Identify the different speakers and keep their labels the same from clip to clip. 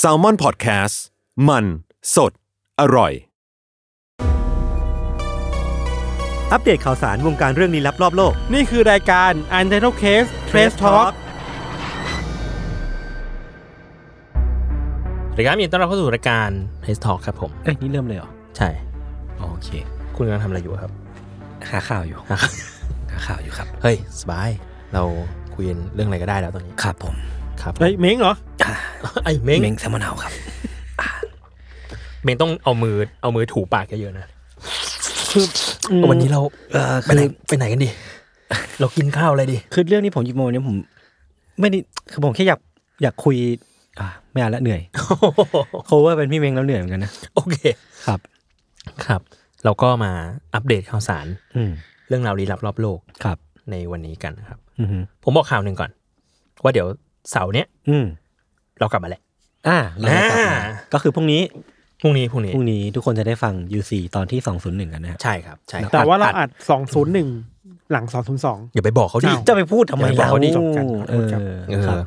Speaker 1: s a l ม o n PODCAST มันสดอร่อย
Speaker 2: อัปเดตข่าวสารวงการเรื่องลี้ลับรอบโลก
Speaker 3: นี่คือรายการ u n t i t l e Case Trace Talk สวัสดีครับยินดีต้อนรับเข้าสู่รายการ Trace Talk ครับผม
Speaker 4: เอ้ยนี่เริ่มเลยเหรอ
Speaker 3: ใช่
Speaker 4: อ๋อโอเค
Speaker 3: คุณกำลังทำอะไรอยู่ครับ
Speaker 4: หาข่าวอยู่ หาข่าวอยู่ครับ
Speaker 3: เฮ้ย สบาย เราคุยกันเรื่องอะไรก็ได้แล้วตอนนี้
Speaker 4: ครับผม
Speaker 3: ครับ
Speaker 2: เฮ้ยเม้งเหรอ
Speaker 4: อ่า
Speaker 3: ไอ้เม้ง
Speaker 4: เม้งแซมมอนเฮาครับ
Speaker 3: เม้งต้องเอามือเอามือถูปากเยอะๆนะ
Speaker 2: คืออืม
Speaker 3: วันนี้เรา
Speaker 4: เออ
Speaker 3: ไปไหน
Speaker 4: คือ
Speaker 3: ไปไหนกันดี เรากินข้าวอะไรดี
Speaker 4: คือเรื่องที่ผมหยิบมาวันนี้ผม ไม่ได้คือผมแค่อยากอยากคุย อ่าไม่เอาละเหนื่อยโคเวอร์เป็นพี่เม้งแล้วเหนื่อยเหมือนกันนะ
Speaker 3: โอเค
Speaker 4: ครับ
Speaker 3: ครับ เราก็มาอัปเดตข่าวสาร
Speaker 4: อืม
Speaker 3: เรื่องราวลี้ลับรอบโลก
Speaker 4: ครับ
Speaker 3: ในวันนี้กันนะครับ
Speaker 4: อืม
Speaker 3: ผมบอกข่าวหนึ่งก่อน ว่าเดี๋ยวเสาร์เนี้ย
Speaker 4: อืม
Speaker 3: เรากลับมาแหละ
Speaker 4: อ่าเราจะกลับมา
Speaker 3: อ่า
Speaker 4: ก็คือพรุ่งนี้
Speaker 3: พรุ่งนี้พรุ่งนี้
Speaker 4: พรุ่งนี้ทุกคนจะได้ฟัง UC ตอนที่ 201 กันนะฮะ
Speaker 3: ใช่ครับ ใช่ครับ
Speaker 4: ค
Speaker 2: แต่
Speaker 4: บ
Speaker 2: ว่าเราอัด 201 หลัง 202
Speaker 3: อย่าไปบอกเขาดิ
Speaker 2: อ้าว
Speaker 4: จะไปพูดทำไม
Speaker 3: เดี๋ยว
Speaker 4: เรา
Speaker 3: เราได้
Speaker 4: นี่
Speaker 3: จบกัน
Speaker 4: เออ
Speaker 3: ครับ
Speaker 4: ครับ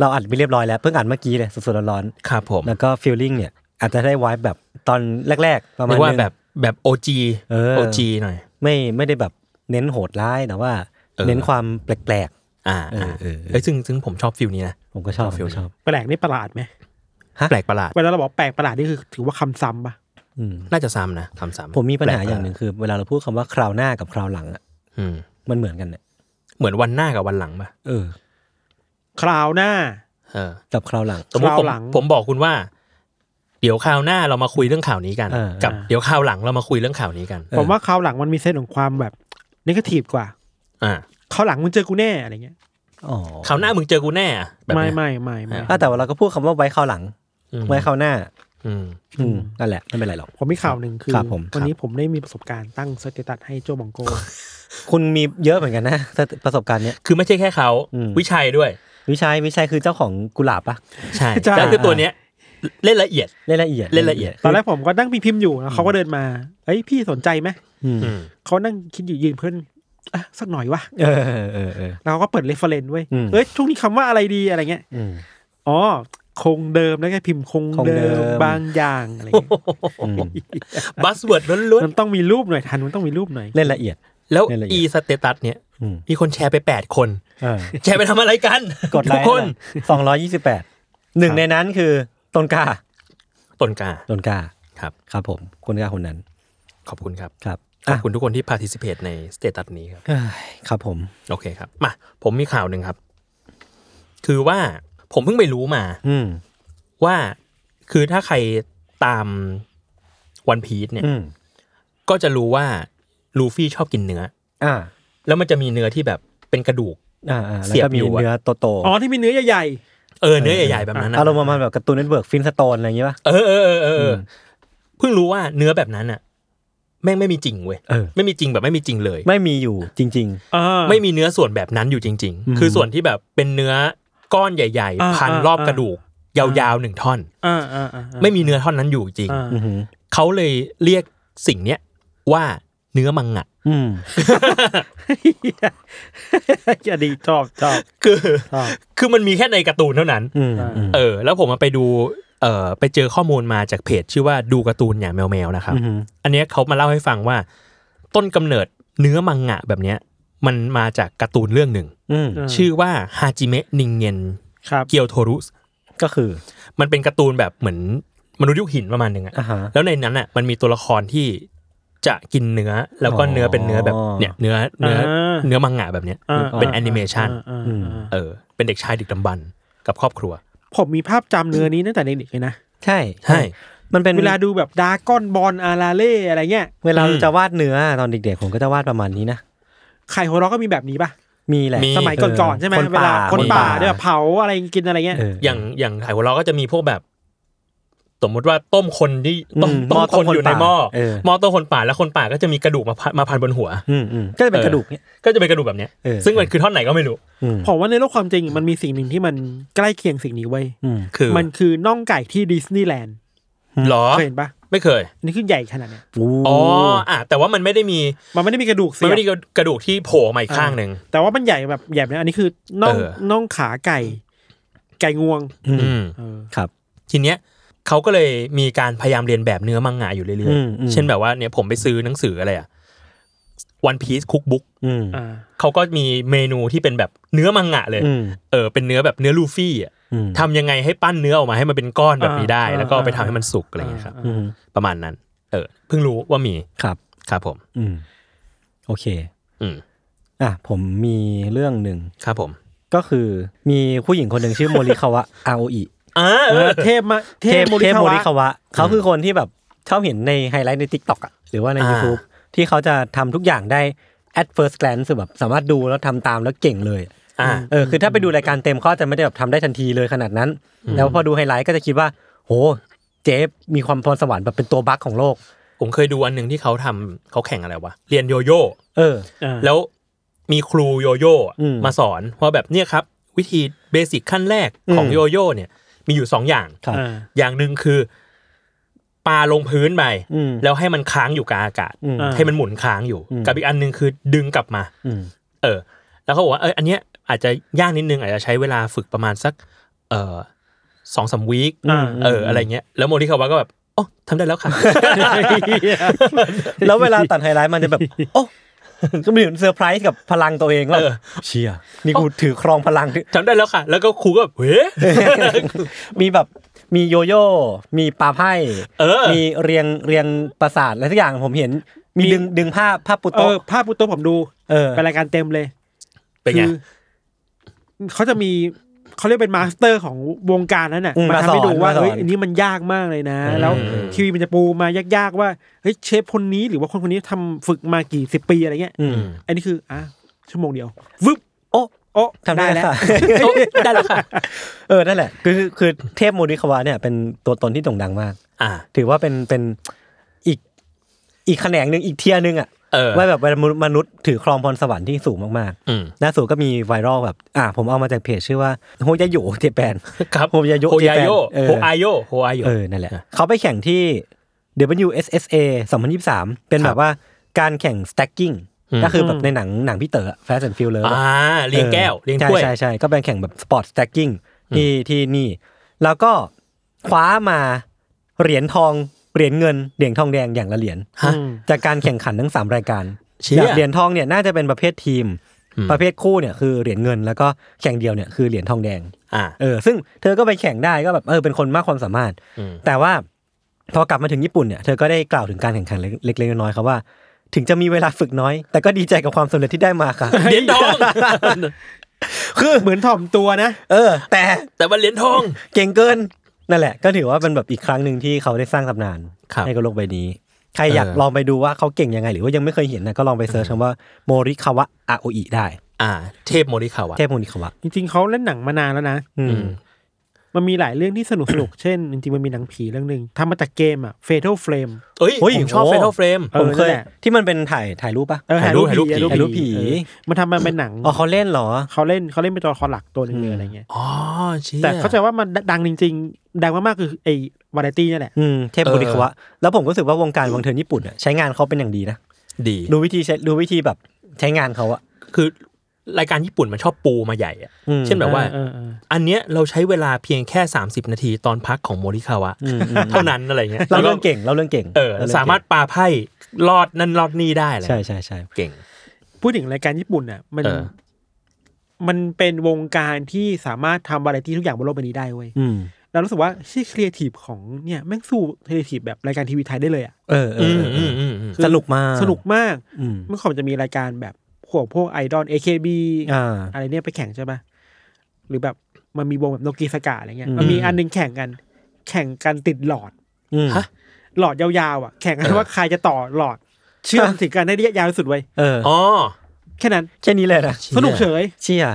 Speaker 4: เราอัดไปเรียบร้อยแล้วเพิ่งอัดเมื่อกี้เลยสดๆร้อนๆ
Speaker 3: ครับผม
Speaker 4: แล้วก็ฟีลลิ่งเนี่ยอาจจะได้ไวบ์แบบตอนแรก ๆ ประมา
Speaker 3: นึ
Speaker 4: ณ
Speaker 3: กว่า
Speaker 4: นึง
Speaker 3: แบบแบบโอจี
Speaker 4: เออ
Speaker 3: โอจีหน่อย
Speaker 4: ไม่ไม่ได้แบบเน้นโหดร้ายแต่ว่า
Speaker 3: เออ
Speaker 4: เน้นความแปลก
Speaker 3: อ่า
Speaker 4: เออ
Speaker 3: อ่า
Speaker 4: เออเออ
Speaker 3: เอ้ยซึ่งซึ่งผมชอบฟิลนี้นะ
Speaker 4: ๆ ผมก็ชอ
Speaker 3: ชอ
Speaker 4: บ
Speaker 3: บฟี
Speaker 4: ผ
Speaker 3: ล
Speaker 4: มชอบ
Speaker 2: แปลกนี่ประหลาดไหม
Speaker 3: แปลกประหลาด
Speaker 2: เวลาเราบอกแปลกประหลาดนี่คือถือว่าคำซ้ำปะ
Speaker 4: อืม
Speaker 3: น่าจะซ้ำนะคำซ้ำ
Speaker 4: ผมมีปัญ
Speaker 3: แป
Speaker 4: หา
Speaker 3: ลก
Speaker 4: อย่างหนึ่งคือ เวลาเราพูดคำว่าคราวหน้ากับคราวหลังอะ
Speaker 3: อืม
Speaker 4: มันเหมือนกันเนี่ย
Speaker 3: เหมือนวันหน้ากับวันหลังป่ะ
Speaker 4: เออ
Speaker 2: คราวหน้า
Speaker 3: เออ
Speaker 4: กับคราวหลัง
Speaker 3: สมมติ
Speaker 2: ครา
Speaker 3: ผ
Speaker 2: ว
Speaker 3: ม
Speaker 2: หลัง
Speaker 3: ผมบอกคุณว่า เดี๋ยวคราวหน้าเรามาคุยเรื่องข่าวนี้กัน
Speaker 4: เออ
Speaker 3: กับเดี๋ยวคราวหลังเรามาคุยเรื่องข่าวนี้กัน
Speaker 4: เออ
Speaker 2: ผมว่าคราวหลังมันมีเซนส์ของความแบบนิเกทีฟกว่า
Speaker 3: อ่า
Speaker 2: คราวหลังมึงเจอกูแน่อะไรเงี้ย
Speaker 4: อ๋อ
Speaker 3: คราวหน้ามึงเจอกูแน่อะแบบ
Speaker 2: ไม่
Speaker 3: เนี้ย
Speaker 2: ไม่ไม่ไม่
Speaker 3: เออ
Speaker 4: อ่ะแต่ว่าเราก็พูดคำว่าไว้คราวหลัง
Speaker 3: อืม
Speaker 4: ไว้คราวหน้า
Speaker 3: อืม
Speaker 4: อืมนั่นแหละไม่เป็นไรหรอก
Speaker 2: ผมมีข่าวหนึ่งคือ
Speaker 4: ครับผมครับ
Speaker 2: วันนี้ผมได้มีประสบการณ์ตั้งสเตตัสให้โจบองโก
Speaker 4: คุณมีเยอะเหมือนกันนะ ประสบการณ์เนี้ย
Speaker 3: คือไม่ใช่แค่เขา
Speaker 4: อืม
Speaker 3: วิชัยด้วย
Speaker 4: วิชัยวิชัยคือเจ้าของกุหลาบปะ
Speaker 3: ใช่
Speaker 2: ใช่
Speaker 3: แต่คือตัวเนี้ยเล่นละเอียด
Speaker 4: เล่นละเอียด
Speaker 3: เล่นละเอียด
Speaker 2: ตอนแรกผมก็นั่งพิมพ์ๆอยู่แล้วเขาก็เดินมาเอ้ยพี่สนใจไหม
Speaker 4: อืม
Speaker 2: เขานั่งคิดอยู่ยืนเพื่อนอ่ะสักหน่อยวะ
Speaker 4: เออเออเออเออ
Speaker 2: แล้วเขาก็เปิดเรฟเฟรนด้วย
Speaker 4: อืม
Speaker 2: เอ้ยช่วงนี้คำว่าอะไรดีอะไรเงี้ย
Speaker 4: อืม
Speaker 2: อ๋อคงเดิมแล้วก็พิมพ์คง
Speaker 4: คงเดิ
Speaker 2: เดิ
Speaker 4: ม
Speaker 2: มบางอย่างอะไรเงี้ย
Speaker 4: อืม
Speaker 3: บัสเวิร์ดล้วน
Speaker 2: มันต้องมีรูปหน่อยทันมันต้องมีรูปหน่อย
Speaker 4: เล่นละเอียด
Speaker 3: ๆ แล้ว
Speaker 4: ในละเอี
Speaker 3: อี
Speaker 4: ยด
Speaker 3: สเตตัสเนี่ย
Speaker 4: อืม
Speaker 3: มีคนแชร์ไป 8 คน
Speaker 4: เออ
Speaker 3: แชร์ไปทำอะไรกัน
Speaker 4: กดไล
Speaker 3: ทุก
Speaker 4: ค์
Speaker 3: คน
Speaker 4: สองร้อยยี่สิบแปดหนึ่งในนั้นคือต้นกล้า
Speaker 3: ต้นกา
Speaker 4: ต้นกล้า
Speaker 3: ครับ
Speaker 4: ครับผมคนกล้าคนนั้น
Speaker 3: ขอบคุณครับ
Speaker 4: ครับ
Speaker 3: ขอ
Speaker 4: อ่ะ
Speaker 3: บคุณทุกคนที่ participate ในสเตตัสนี้ครับ
Speaker 4: เอ้ยครับผม
Speaker 3: โอเคครับ มา ผมมีข่าวหนึ่งครับ คือว่าผมเพิ่งไปรู้มา
Speaker 4: อืม
Speaker 3: ว่า คือถ้าใครตามวันพีซเนี่ย
Speaker 4: อืม
Speaker 3: ก็จะรู้ว่าลูฟี่ชอบกินเนื้อ
Speaker 4: อ่า
Speaker 3: แล้วมันจะมีเนื้อที่แบบเป็นกระดูก
Speaker 4: อ่าอ่า
Speaker 3: เสี
Speaker 4: แล้
Speaker 3: ย
Speaker 4: ว
Speaker 3: บ
Speaker 4: ก็มี
Speaker 3: อยู่อะ
Speaker 4: เนื้อโตโต
Speaker 2: อ๋อที่มีเนื้อใหญ่
Speaker 3: เออเนื้อใหญ่ๆแบบนั้นนะ
Speaker 4: อารมณ์ประมาณแบบการ์ตูนเน็ตเวิร์กฟินสโตนอะไรอย่างงี้ป่ะ
Speaker 3: เออเออเออเออเออ
Speaker 4: ม
Speaker 3: เพิ่งรู้ว่าเนื้อแบบนั้นน่ะ แม่งไม่มีจริงเว้ย
Speaker 4: เออ
Speaker 3: ไม่มีจริงแบบไม่มีจริงเลย
Speaker 4: ไม่มีอยู่จริง
Speaker 2: ๆอ่า
Speaker 3: ไม่มีเนื้อส่วนแบบนั้นอยู่จริง
Speaker 4: อืม
Speaker 3: ๆ คือส่วนที่แบบเป็นเนื้อก้อนใหญ่
Speaker 2: อ่า
Speaker 3: ๆ พัน
Speaker 2: อ่าร
Speaker 3: อบ
Speaker 2: อ่าก ก
Speaker 3: ระดูก ยาวๆหนึ่งท่อน
Speaker 2: อ่าอ่าอ่า
Speaker 3: ไม่มีเนื้อท่อนนั้นอยู่จริง
Speaker 2: อ่า
Speaker 4: ๆ อือหือ
Speaker 3: เขาเลยเรียกสิ่งเนี้ยว่าเนื้อมังงะ
Speaker 4: อืม
Speaker 2: อย่าดีชอบชอบ
Speaker 3: คือ
Speaker 2: ชอบ
Speaker 3: คือมันมีแค่ในการ์ตูนเท่านั้น
Speaker 4: อืมอืม
Speaker 3: เออ แล้วผมมาไปดู เออไปเจอข้อมูลมาจากเพจ ชื่อว่าดูการ์ตูนอย่างแมวๆนะครับ
Speaker 4: อือหือ
Speaker 3: อันเนี้ยเขามาเล่าให้ฟังว่า ต้นกำเนิดเนื้อมังงะแบบเนี้ย มันมาจากการ์ตูนเรื่องหนึ่ง
Speaker 4: อืม
Speaker 2: เออ
Speaker 3: ชื่อว่าฮาจิเมะนิงเงน
Speaker 2: ครับ
Speaker 3: เกียวโทรุส
Speaker 4: ก็คือ
Speaker 3: มันเป็นการ์ตูนแบบเหมือนมนุษย์ยุคหินประมาณหนึ่งอะ
Speaker 4: อ่าฮะ
Speaker 3: แล้วในนั้นอะมันมีตัวละครที่จะกินเนื้อแล้วก็
Speaker 4: อ๋อ
Speaker 3: เนื้อเป็นเนื้อแบบเนี่ยเนื้อเนื้อ
Speaker 2: อ่า
Speaker 3: เนื้อมังงะแบบเนี้ย
Speaker 2: อ่า
Speaker 3: เป็น
Speaker 2: า
Speaker 3: animation
Speaker 2: อ่า
Speaker 4: อื
Speaker 2: อ่าม อ่า
Speaker 3: เออเป็นเด็กชายดึกดำบรรพ์กับครอบครัว
Speaker 2: ผมมีภาพจำเนื้อนี้ตั้งแต่เด็กๆเลยนะ
Speaker 4: ใช่
Speaker 3: ใช่
Speaker 4: มันเป็น
Speaker 2: เวลาดูแบบดาก้อนบอลอาราเล่อะไรเงี้ย
Speaker 4: เวลา
Speaker 3: อืม
Speaker 4: จะวาดเนื้อตอนเด็กๆผมก็จะวาดประมาณนี้นะ
Speaker 2: ไข่หัวเราะก็มีแบบนี้ป่ะ
Speaker 4: มีแหละ
Speaker 3: มี
Speaker 2: สมัยก่อนๆใช่ไหม
Speaker 4: คน
Speaker 2: เว
Speaker 4: ป่า
Speaker 2: ลาคนป่า
Speaker 4: คนป่า
Speaker 2: เนี่ยแบบเผาอะไรกินอะไรเงี้ย
Speaker 4: เออ
Speaker 3: อย่างอย่างไข่หัวเราะก็จะมีพวกแบบ สมมติว่าต้มคนที่ต้ม
Speaker 4: อืม
Speaker 3: ต้
Speaker 4: หม้
Speaker 3: ม
Speaker 4: อต้
Speaker 3: ค
Speaker 4: ม
Speaker 3: น
Speaker 4: คน
Speaker 3: อยู่ใน
Speaker 4: ป่า
Speaker 3: หม้อ
Speaker 4: เออ
Speaker 3: หม้อต้มคนป่าแล้วคนป่าก็จะมีกระดูกมาพันมาพันบนหัว
Speaker 4: อืมอืมก็จะเป็น
Speaker 3: เออ
Speaker 4: กระดูกเนี่ย
Speaker 3: ก็จะเป็นกระดูกแบบเนี้ย
Speaker 4: เออ
Speaker 3: ซึ่งมันคือท่อนไหนก็ไม่รู้
Speaker 4: อืม
Speaker 2: ผมว่าในโลกความจริงมันมีสิ่งหนึ่งที่มันใกล้เคียงสิ่งนี้ไว้ย
Speaker 4: อืม
Speaker 3: คือ
Speaker 2: มันคือน่องไก่ที่ดิสนีย์แลนด์
Speaker 3: หรอ
Speaker 2: เคยเห็นปะ
Speaker 3: ไม่เคย
Speaker 2: อันนี่คือใหญ่ขนาดเนี้ย
Speaker 3: อ๋ออ่ะแต่ว่ามันไม่ได้มี
Speaker 2: มันไม่ได้มีกระดูก
Speaker 3: มั
Speaker 2: เสี
Speaker 3: น
Speaker 2: ยบ
Speaker 3: ไม่ได้กระดูกที่โผล่มาอีกข้างหนึ่ง
Speaker 2: แต่ว่ามันใหญ่แบบใหญ่แบบเนี้ยอันนี้คือน่อง
Speaker 3: เออ
Speaker 2: น่องขาไก่ ไก่งวง
Speaker 4: อืม
Speaker 3: อืม
Speaker 2: เออ
Speaker 4: ครับ
Speaker 3: ทีเนี้ยเขาก็เลยมีการพยายามเรียนแบบเนื้อมังงะอยู่เรื่อย
Speaker 4: อืมอืม
Speaker 3: ๆ เช่นแบบว่าเนี่ยผมไปซื้อหนังสืออะไรอะวันพีซคุกบุ๊ก
Speaker 4: อืม
Speaker 2: อ่า
Speaker 3: เขาก็มีเมนูที่เป็นแบบเนื้อมังงะเลย
Speaker 4: อืม
Speaker 3: เออเป็นเนื้อแบบเนื้อลูฟี่อะ
Speaker 4: อืม
Speaker 3: ทำยังไงให้ปั้นเนื้อออกมาให้มันเป็นก้อนแบบนี้ได้ แล้วก็ไปทำให้มันสุกอะไรอย่างเงี้ยครับ
Speaker 4: อืม
Speaker 3: ประมาณนั้น เออ เพิ่งรู้ว่ามี
Speaker 4: ครับ
Speaker 3: ครับผม
Speaker 4: อืม โอเค
Speaker 3: อืม
Speaker 4: อ่ะผมมีเรื่องหนึ่ง
Speaker 3: ครับผม
Speaker 4: ก็คือมีผู้หญิงคนหนึ่งชื่อ โมริคาวะ อาโออิ
Speaker 3: อ่า
Speaker 2: เอ
Speaker 3: เอ
Speaker 2: อ
Speaker 3: อ
Speaker 2: เทพมาเทพโมริ
Speaker 4: โมริ
Speaker 2: คาวะ
Speaker 4: คาวะ เขาคือคนที่แบบชอบเห็นในไฮไลท์ใน t ิ k t o k อ่ะหรือว่าใน YouTube ที่เขาจะทำทุกอย่างได้ at first glance คือแบบสามารถดูแล้วทำตามแล้วเก่งเลย
Speaker 3: อ่า
Speaker 4: เออคือถ้าไปดูรายการเต็มเขาอาจจะไม่ได้แบบทำได้ทันทีเลยขนาดนั้น แล้วพอดูไฮไลท์ก็จะคิดว่า โห เจ๊มีความพรสวรรค์แบบเป็นตัวบั๊กของโลก
Speaker 3: ผมเคยดูอันหนึ่งที่เขาทำเขาแข่งอะไรวะเรียนโยโย่
Speaker 4: เออ
Speaker 2: อ่า
Speaker 3: แล้วมีครูโยโย่อะ
Speaker 4: อืม
Speaker 3: มาสอนว่าแบบเนี่ยครับ วิธีเบสิกขั้นแรกของ
Speaker 4: อืม
Speaker 3: โยโย่เนี่ย มีอยู่สองอย่าง
Speaker 4: ครับ
Speaker 2: อ่า
Speaker 3: อย่างหนึ่งคือปาลงพื้นไป
Speaker 4: อืม
Speaker 3: แล้วให้มันค้างอยู่กับอากาศ
Speaker 4: อืม
Speaker 2: อ่า
Speaker 3: ให้มันหมุนค้างอยู่
Speaker 4: อืม
Speaker 3: กับอีกอันหนึ่งคือดึงกลับมา
Speaker 4: อืม
Speaker 3: เออ แล้วเขาบอกว่าเอออันเนี้ยอาจจะยากนิดนึง อาจจะใช้เวลาฝึกประมาณสัก เออสองสามวีค
Speaker 2: อ่า
Speaker 3: เออ อะไรเงี้ยแล้วโมริคาวะก็แบบอ๋อทำได้ แล้วค่ะ
Speaker 4: แล้วเวลาตัดไฮไลท์มันจะแบบ โอ้ก็มีเซอร์ไพรส์กับพลังตัวเองแล้ว
Speaker 3: เออ
Speaker 4: เชียนี่กูถือครองพลัง
Speaker 3: ทำได้แล้วค่ะ แล้วก็ครูก็แบบเฮ้
Speaker 4: มีแบบมีโยโย่ มีปลาไพ่
Speaker 3: เออ
Speaker 4: มีเรียงเรียงประสาทอะไรทุกอย่างผมเห็น มีดึงดึงผ้าผ้าปู
Speaker 2: เออ
Speaker 4: โต๊ะ
Speaker 2: ภาพปุตโตะผมดู
Speaker 4: เออ
Speaker 2: เป็นรายการเต็มเลย
Speaker 3: เป็นไง
Speaker 2: คือเขาจะมีเขาเรียกเป็นมาสเตอร์ของวงการนั้นน่ะ
Speaker 4: อืม
Speaker 2: มาทำให้
Speaker 4: มาสอน
Speaker 2: ดูว่า
Speaker 4: มาสอน
Speaker 2: เฮ้ยอันนี้มันยากมากเลยนะ แล้ว
Speaker 3: อืม
Speaker 2: ทีวีมันจะปูมายากๆว่าเฮ้ยเชฟคนนี้หรือว่าคนคนนี้ทำฝึกมากี่สิบปีอะไรเงี้ย
Speaker 4: อืม
Speaker 2: อันนี้คืออ่ะชั่วโมงเดียววึบ
Speaker 4: โอ้
Speaker 2: โอ้
Speaker 4: ทำได้แล้ว
Speaker 3: ได้แล้วค่ะ
Speaker 4: เออนั่นแหละคือคือคือเทพโมริคาวะเนี่ยเป็นตัวตนที่โด่งดังมาก
Speaker 3: อ่า
Speaker 4: ถือว่าเป็นเป็นอีกอีกแขนงหนึ่งอีกเทียร์หนึ่งอะ
Speaker 3: เออ
Speaker 4: ว่าแบบมนุษย์ถือครองพรสวรรค์ที่สูงมาก
Speaker 3: อืม
Speaker 4: ๆล่าสุดก็มีไวรัลแบบ อ่า ผมเอามาจากเพจชื่อว่าโฮยาโยเจแปน
Speaker 3: ครับ
Speaker 4: โฮยาโย
Speaker 3: โฮยาโย
Speaker 4: เจแปนเออ
Speaker 3: โฮอาโยโฮอาโย
Speaker 4: เออ นั่นแหละ เขาไปแข่งที่ WSSA 2023 เป็น
Speaker 3: ค
Speaker 4: แบ
Speaker 3: รับบ
Speaker 4: ว่าการแข่ง stacking
Speaker 3: อืม
Speaker 4: ก็คือแบบในหนังหนังพี่เต๋อ Fast and Furious
Speaker 3: อ่าเลี้ยงแก้วเลี้ยง
Speaker 4: ใช่
Speaker 3: ถ้วย
Speaker 4: ใช่ใช่ก็เป็นแข่งแบบ sport stacking ที่ที่นี่ แล้วก็คว้ามาเหรียญทอง เหรียญเงิน เหรียญทองแดงอย่างละเหรียญ
Speaker 3: ฮะ
Speaker 2: อืม
Speaker 4: จากการแข่งขันทั้ง 3 รายการ
Speaker 3: เชี่ย
Speaker 4: อย่างเหรียญทองเนี่ยน่าจะเป็นประเภททีม
Speaker 3: อืม
Speaker 4: ประเภทคู่เนี่ยคือเหรียญเงิน แล้วก็แข่งเดียวเนี่ยคือเหรียญทองแดง
Speaker 3: อ่า
Speaker 4: เออซึ่งเธอก็ไปแข่งได้ก็แบบเออเป็นคนมากความสามารถ
Speaker 3: อืม
Speaker 4: แต่ว่าพอกลับมาถึงญี่ปุ่นเนี่ยเธอก็ได้กล่าวถึงการแข่งขันเล็กๆน้อยๆครับว่า ถึงจะมีเวลาฝึกน้อย แต่ก็ดีใจกับความสำเร็จที่ได้มาค่ะ
Speaker 3: เหรียญทอง
Speaker 4: คือ
Speaker 2: เหมือนถ่อมตัวนะ
Speaker 4: เออ แต่
Speaker 3: แต่ว่าเหรียญทอง
Speaker 4: เก่งเกินนั่นแหละ ก็ถือว่าเป็นแบบอีกครั้งหนึ่งที่เขาได้สร้างตำนาน
Speaker 3: ครับ
Speaker 4: ให้กับโลกใบนี้ ใครอยาก
Speaker 3: เออ
Speaker 4: ลองไปดูว่าเขาเก่งยังไง หรือว่ายังไม่เคยเห็นนะก็ลองไปเซิร์ชคำว่าโมริคาวะอาโออิได้
Speaker 3: อ่า เทพโมริคาวะ
Speaker 4: เทพโมริคาวะ
Speaker 2: จริงๆเขาเล่นหนังมานานแล้วนะ
Speaker 4: อื
Speaker 3: อื
Speaker 4: ม
Speaker 3: ม
Speaker 2: มันมีหลายเรื่องที่สนุกสนุก เช่น จริงๆมันมีหนังผีเรื่องหนึ่งทำมาจากเกมอ่ะ Fatal Frame
Speaker 3: เอ้ย ผมชอบเฟทอลเฟรม
Speaker 2: เออ
Speaker 4: ผมเค
Speaker 2: นั่
Speaker 4: ย
Speaker 2: นแหละ
Speaker 4: ที่มันเป็นถ่ายถ่ายรูปปะ
Speaker 2: เออถ่ายรูปผี
Speaker 3: ถ่ายรูปผี
Speaker 2: ถ่ายรูปผี
Speaker 4: ถ่ายรูปผี
Speaker 2: เออมันทำมาเป็นหนัง
Speaker 4: อ๋อเขาเล่นเหรอ
Speaker 2: เขาเล่นเขาเล่นเป็นตัวละครหลักตัวหนึ่งเลยอะไรเงี้ย
Speaker 3: อ๋อเชี่ย
Speaker 2: แต่เข้าใจว่ามันดังจริงๆ ดังมากๆ คือไอ้วาไรตี้นี่ยแหละ
Speaker 4: อืมเทพ
Speaker 3: เออ
Speaker 4: บุริควะ แล้วผมก็รู้สึกว่าวงการบังเทิงญี่ปุ่นอะใช้งานเขาเป็นอย่างดีนะ
Speaker 3: ดี
Speaker 4: ดูวิธีใช้ดูวิธีแบบใช้งานเขาอะ
Speaker 3: คือรายการญี่ปุ่นมันชอบปูมาใหญ่อะ
Speaker 4: อืม
Speaker 3: เช่นแบบว่า
Speaker 2: เออเออเออ
Speaker 3: อันเนี้ยเราใช้เวลาเพียงแค่ 30 นาทีตอนพักของโมริคาวะ
Speaker 4: อืมอืม
Speaker 3: เท่านั้นอะไรเงี้ย
Speaker 4: เราเรื่องเก่งเราเรื่องเก่ง
Speaker 3: เออ
Speaker 4: เองเก่ง
Speaker 3: สามารถปาไพ่รอดนั่นรอดนี่ได้เลย
Speaker 4: ใช่ใช่ใช่
Speaker 3: เก่ง
Speaker 2: พูดถึงรายการญี่ปุ่นน่ะมัน
Speaker 3: เออ
Speaker 2: มันเป็นวงการที่สามารถทำวาไรตี้ทุกอย่างบนโลกใบนี้ได้เว้ย
Speaker 4: อืม
Speaker 2: เรารู้สึกว่าชื่อครีเอทีฟของเนี่ยแม่งสู้ครีเอทีฟแบบรายการทีวีไทยได้เลยอ่ะ
Speaker 4: เออเอ
Speaker 3: อื
Speaker 4: อ
Speaker 3: ม
Speaker 4: เอ
Speaker 3: อื
Speaker 4: อ
Speaker 3: มอืมอืม
Speaker 4: สนุกมาก
Speaker 2: สนุกมาก
Speaker 4: อืม
Speaker 2: เมื่อก่อนมันจะมีรายการแบบพวกพวกไอดอล AKB
Speaker 4: อ่า
Speaker 2: อะไรเนี่ยไปแข่งใช่ปะหรือแบบมันมีวงแบบโนกีสกาอะไรเงี้ย
Speaker 4: อืม
Speaker 2: มันมีอันหนึงแข่งกัน แข่งกันติดหลอด
Speaker 4: อืม
Speaker 3: ฮะ
Speaker 2: หลอดยาวๆอ่ะแข่งกันว่าใครจะต่อหลอด เชื่อมถึงกันได้ระยะยาวที่สุดไว้ย
Speaker 4: เออ
Speaker 3: อ๋อ
Speaker 2: แค่นั้น
Speaker 4: แค่นี้เลยนะ
Speaker 2: สนุกเฉย
Speaker 4: เชี่ย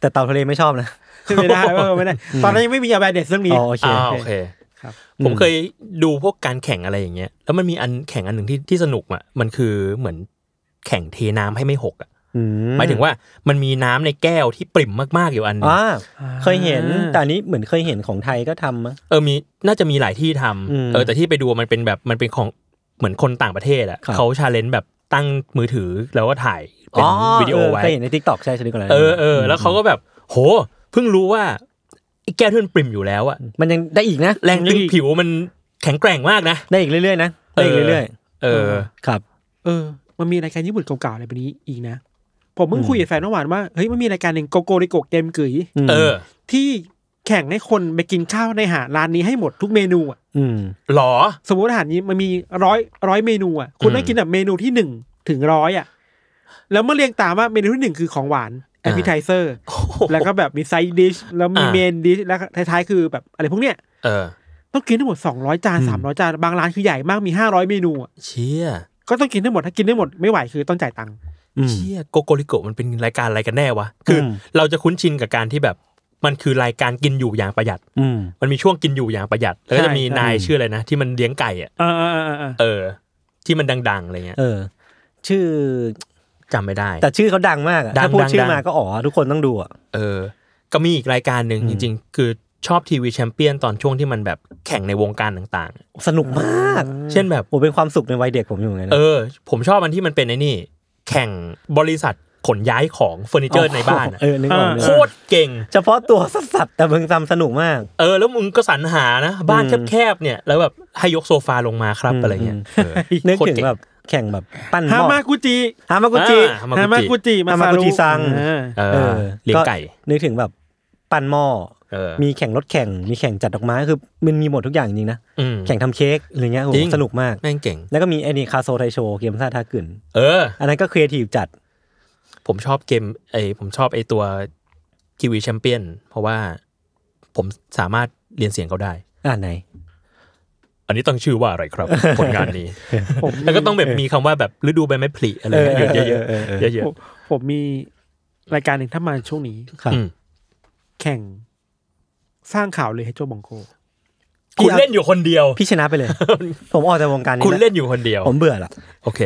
Speaker 4: แต่เต่าทะเลไม่ชอบนะ
Speaker 2: ไม่ได้เออไม่ได้ ตอนนั้นยังไม่มีอาแบเดสเรื่องนี้
Speaker 4: อ๋อโอเค
Speaker 3: อ่าโอเค
Speaker 2: ครับ
Speaker 3: ผม
Speaker 4: อืม
Speaker 3: เคยดูพวกการแข่งอะไรอย่างเงี้ย แล้วมันมีอันแข่งอันหนึ่งที่ที่สนุกอ่ะมันคือเหมือนแข่งเทน้ำให้ไม่หกอ่ะ
Speaker 4: อื
Speaker 3: หมายถึงว่ามันมีน้ำในแก้วที่ปริ่มมากๆอยู่อันหนึง
Speaker 4: อ่าเคยเห็นแต่อันนี้เหมือนเคยเห็นของไทยก็ทำมั้ง
Speaker 3: เออมีน่าจะมีหลายที่ทำ
Speaker 4: อืม
Speaker 3: เออแต่ที่ไปดูมันเป็นแบบมันเป็นของเหมือนคนต่างประเทศอ่ะ
Speaker 4: ครับ
Speaker 3: เขาชาเลนจ์แบบตั้งมือถือแล้วก็ถ่ายเป็นวิดีโอไว้
Speaker 4: เเคยเห็นในทิกตอกใช่ชนิดกันเลย
Speaker 3: เออเออแล้วเขาก็แบบ โหเพิ่งรู้ว่า ไอ้แก้วที่มันปริ่มอยู่แล้วอะ
Speaker 4: มันยังได้อีกนะ
Speaker 3: แรงดึงผิวมันแข็งแกร่งมากนะ
Speaker 4: ได้อีกเรื่อยๆนะได้อีกเรื่อย
Speaker 3: เออ
Speaker 4: ๆครับ
Speaker 2: เออ มันมีรายการญี่ปุ่นเก่าๆอะไรแบบนี้อีกนะ ผมเพิ่งคุยกับแฟนเมื่อวานว่า เฮ้ย มันมีรายการหนึ่งโกโกริโกเกมกุ๋ย
Speaker 3: เออ
Speaker 2: ที่แข่งให้คนไปกินข้าวในหาร้านนี้ให้หมดทุกเมนูอ่ะ
Speaker 4: อืม
Speaker 3: หรอ
Speaker 2: สมมติอาหารนี้มันมีร้อยร้อยเมนูอ่ะ คุณต้องกินแบบเมนูที่หนึ่งถึงร้อยอ่ะ แล้วเมื่อเรียงตามว่าเมนูที่หนึ่งคือของหวานแอปเปิลไทเซอร์ แล้วก็แบบมีไซดิชแล้วมี
Speaker 3: อ่า
Speaker 2: เมนดิชแล้วก็ท้ายๆคือแบบอะไรพวกเนี้ย
Speaker 3: เออ
Speaker 2: ต้องกินทั้งหมด 200 จาน 300 จาน บางร้านคือใหญ่มากมี 500 เมนูอะ
Speaker 3: เชี่ย
Speaker 2: ก็ต้องกินทั้งหมด ถ้ากินไม่หมดไม่ไหวคือต้องจ่ายตังค์
Speaker 4: อืม
Speaker 3: เชี่ยโกโกริโกะมันเป็นรายการอะไรกันแน่วะคืออ
Speaker 4: ม
Speaker 3: เราจะคุ้นชินกับการที่แบบมันคือรายการกินอยู่อย่างประหยัด
Speaker 4: อืม
Speaker 3: มันมีช่วงกินอยู่อย่างประหยัด แล้วก็จะมีนายชื่ออะไรนะ ที่มันเลี้ยงไก่อ่ะ
Speaker 2: เออเออเออเออ
Speaker 3: เออ ที่มันดังๆอะไรเงี้ย
Speaker 4: เออ ชื่อ
Speaker 3: จำไม่ได้
Speaker 4: แต่ชื่อเขาดังมากอะ
Speaker 3: ดัง
Speaker 4: ถ้าพูด
Speaker 3: ดัง
Speaker 4: ชื่อ
Speaker 3: ดัง
Speaker 4: มาก็อ๋อ ทุกคนต้องดูอ่ะ
Speaker 3: เออ ก็มีอีกรายการหนึ่งจริง ๆ คือชอบทีวีแชมเปี้ยนตอนช่วงที่มันแบบแข่งในวงการต่าง
Speaker 4: สนุกมาก
Speaker 3: ๆ เช่นแบบ
Speaker 4: โอ้เป็นความสุขในวัยเด็กผมอยู่เหมือนกัน
Speaker 3: เอ
Speaker 4: นะ
Speaker 3: อ ผมชอบอันที่มันเป็นไอ้นี่ แข่งบริษัทขนย้ายของเฟอร์นิเจอร์ในบ้านอะ
Speaker 4: เออนึกออกนึก
Speaker 3: โค
Speaker 4: ออก
Speaker 3: ตรเก่ง
Speaker 4: เฉพาะตัวสัตว์แต่มึงทำสนุกมาก
Speaker 3: เออ แล้วมึงก็สรรหานะ บ้าน
Speaker 4: อืม
Speaker 3: แคบๆเนี่ย แล้วแบบให้ยกโซฟาลงมาครับอะไรเงี้ยเออ
Speaker 4: นึก
Speaker 3: โคตร
Speaker 4: ถึ
Speaker 3: เก่ง
Speaker 4: งแบบแข่งแบบปั้นห
Speaker 2: ฮา
Speaker 4: ม้อ
Speaker 2: มากุจิ
Speaker 4: ฮามากุจิ
Speaker 3: อ่า ฮมกุจิ
Speaker 2: ฮามากุจิ
Speaker 4: ฮามากุจิซัง
Speaker 2: อ่า
Speaker 3: เอ
Speaker 4: เอ
Speaker 3: อ
Speaker 4: อ
Speaker 3: เลี้ยงไก่
Speaker 4: นึกถึงแบบปั้นหม้อ
Speaker 3: เออ
Speaker 4: มีแข่งรถแข่งมีแข่งจัดดอกไม้คือมันมีหมดทุกอย่างจริงนะ
Speaker 3: อืม
Speaker 4: แข่งทำเค้กอะไรเงี้ยโห
Speaker 3: จริง
Speaker 4: สนุกมาก
Speaker 3: แม่งเก่ง
Speaker 4: แล้วก็มีไอ้นี่คาโซไทโชเกมซ่าทากุน
Speaker 3: เออ
Speaker 4: อันนั้นก็ครีเอทีฟจัด
Speaker 3: ผมชอบเกมไอผมชอบไอตัวทีวีแชมเปี้ยนเพราะว่าผมสามารถเรียนเสียงเขาได้
Speaker 4: อ่าไหน
Speaker 3: อันนี้ตั้งชื่อว่าอะไร ครับ ผลงานนี้
Speaker 2: ผม
Speaker 3: แล้วก็ต้องแบบมีคำว่าแบบฤดูใบไม้ผลิอะไรเงี้ยเยอะ
Speaker 4: เออเออเออ
Speaker 3: ๆเยอะ
Speaker 2: ผมผมมีรายการหนึ่งถ้ามาช่วงนี้
Speaker 4: ครับ
Speaker 3: ๆอืม
Speaker 2: แข่งสร้างข่าวเลยให้โจบองโก
Speaker 4: พี่
Speaker 3: คุณ
Speaker 4: เอา
Speaker 3: เล่นอยู่คนเดียว
Speaker 4: พี่ชนะไป เลย ผมออกจากวงการนี้
Speaker 3: คุณ
Speaker 4: นะ
Speaker 3: เล่นอยู่คนเดียว
Speaker 4: ผมเบื่อละ
Speaker 3: โอเค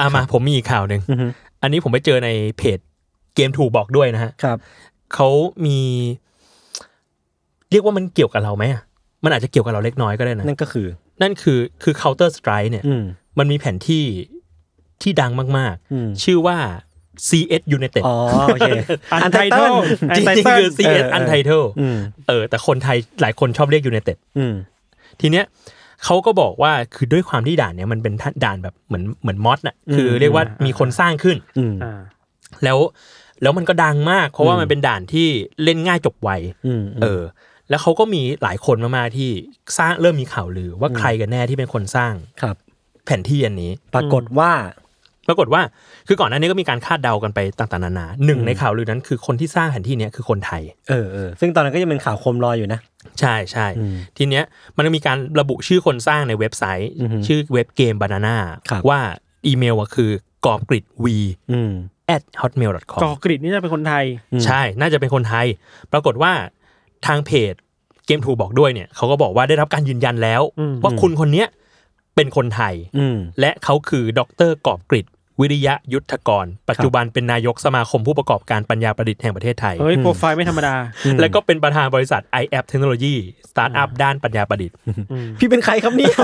Speaker 3: อ่ะมาผมมีอีกข่าวหนึ่ง
Speaker 4: อือฮึ
Speaker 3: อันนี้ผมไปเจอในเพจเกมถูกบอกด้วยนะฮะ
Speaker 4: ครับ
Speaker 3: เขามี เรียกว่ามันเกี่ยวกับเราไหมอะมันอาจจะเกี่ยวกับเราเล็กน้อยก็ได้นะ
Speaker 4: นั่นก็คือ
Speaker 3: นั่นคือคือ Counter Strike เนี่ย
Speaker 4: อืม
Speaker 3: มันมีแผนที่ที่ดังมาก
Speaker 4: อืม
Speaker 3: ๆ ชื่อว่า CS United
Speaker 4: อ๋อโอเค
Speaker 2: Untitled
Speaker 3: จริงๆคือ
Speaker 4: เอ
Speaker 3: CS
Speaker 4: อเออ
Speaker 3: Untitled
Speaker 4: อืม
Speaker 3: เออ แต่คนไทยหลายคนชอบเรียก United
Speaker 4: อืม
Speaker 3: ทีเนี้ยเขาก็บอกว่าคือด้วยความที่ด่านเนี้ยมันเป็นด่านแบบเหมือนเหมือนมอดน่ะคือเรียกว่ามีคนสร้างขึ้น
Speaker 4: อืม
Speaker 2: อ่า
Speaker 3: แล้วแล้วมันก็ดังมาก เพราะว่ามันเป็นด่านที่เล่นง่ายจบไว
Speaker 4: อืม
Speaker 3: เออ แล้วเขาก็มีหลายคนมากๆที่สร้างเริ่มมีข่าวลือว่าใครกันแน่ที่เป็นคนสร้าง
Speaker 4: ครับ
Speaker 3: แผนที่อันนี้
Speaker 4: ปรากฏว่า
Speaker 3: ปรากฏว่าคือก่อนหน้านี้ก็มีการคาดเดากันไปต่างๆนานาหนึ่งในข่าวลือนั้นคือคนที่สร้างแผนที่เนี้ยคือคนไทย
Speaker 4: เออเออซึ่งตอนนั้นก็ยังเป็นข่าวโคมลอยอยู่นะ
Speaker 3: ใช่ใช่
Speaker 4: อืม
Speaker 3: ทีเนี้ยมันก็มีการระบุชื่อคนสร้างในเว็บไซต์
Speaker 4: อือฮึ
Speaker 3: ชื่อเว็บเกมบานาน่า
Speaker 4: ครับ
Speaker 3: ว่าอีเมลอะคือกอบกริด v
Speaker 4: อืม
Speaker 3: at hotmail com
Speaker 2: กอกริดนี่จะเป็นคนไทย
Speaker 3: ใช่ น่าจะเป็นคนไทย ปรากฏว่าทางเพจเกมทูบอกด้วยเนี่ยเขาก็บอกว่าได้รับการยืนยันแล้ว
Speaker 2: อืม
Speaker 3: ว่าคุณคนเนี้ยเป็นคนไทย
Speaker 4: อืม
Speaker 3: และเขาคือดรกอบกริดวิริยะยุทธกร ปัจจุบันเป็นนายกสมาคมผู้ประกอบการปัญญาประดิษฐ์แห่งประเทศไทย
Speaker 2: เฮ้ยโปรไฟล์ไม่ธรรมดา
Speaker 3: และก็เป็นประธานบริษัท i a p Technology สตาร์ทอัพด้านปัญญาประดิษฐ์
Speaker 4: พี่เป็นใครครับเนี่ย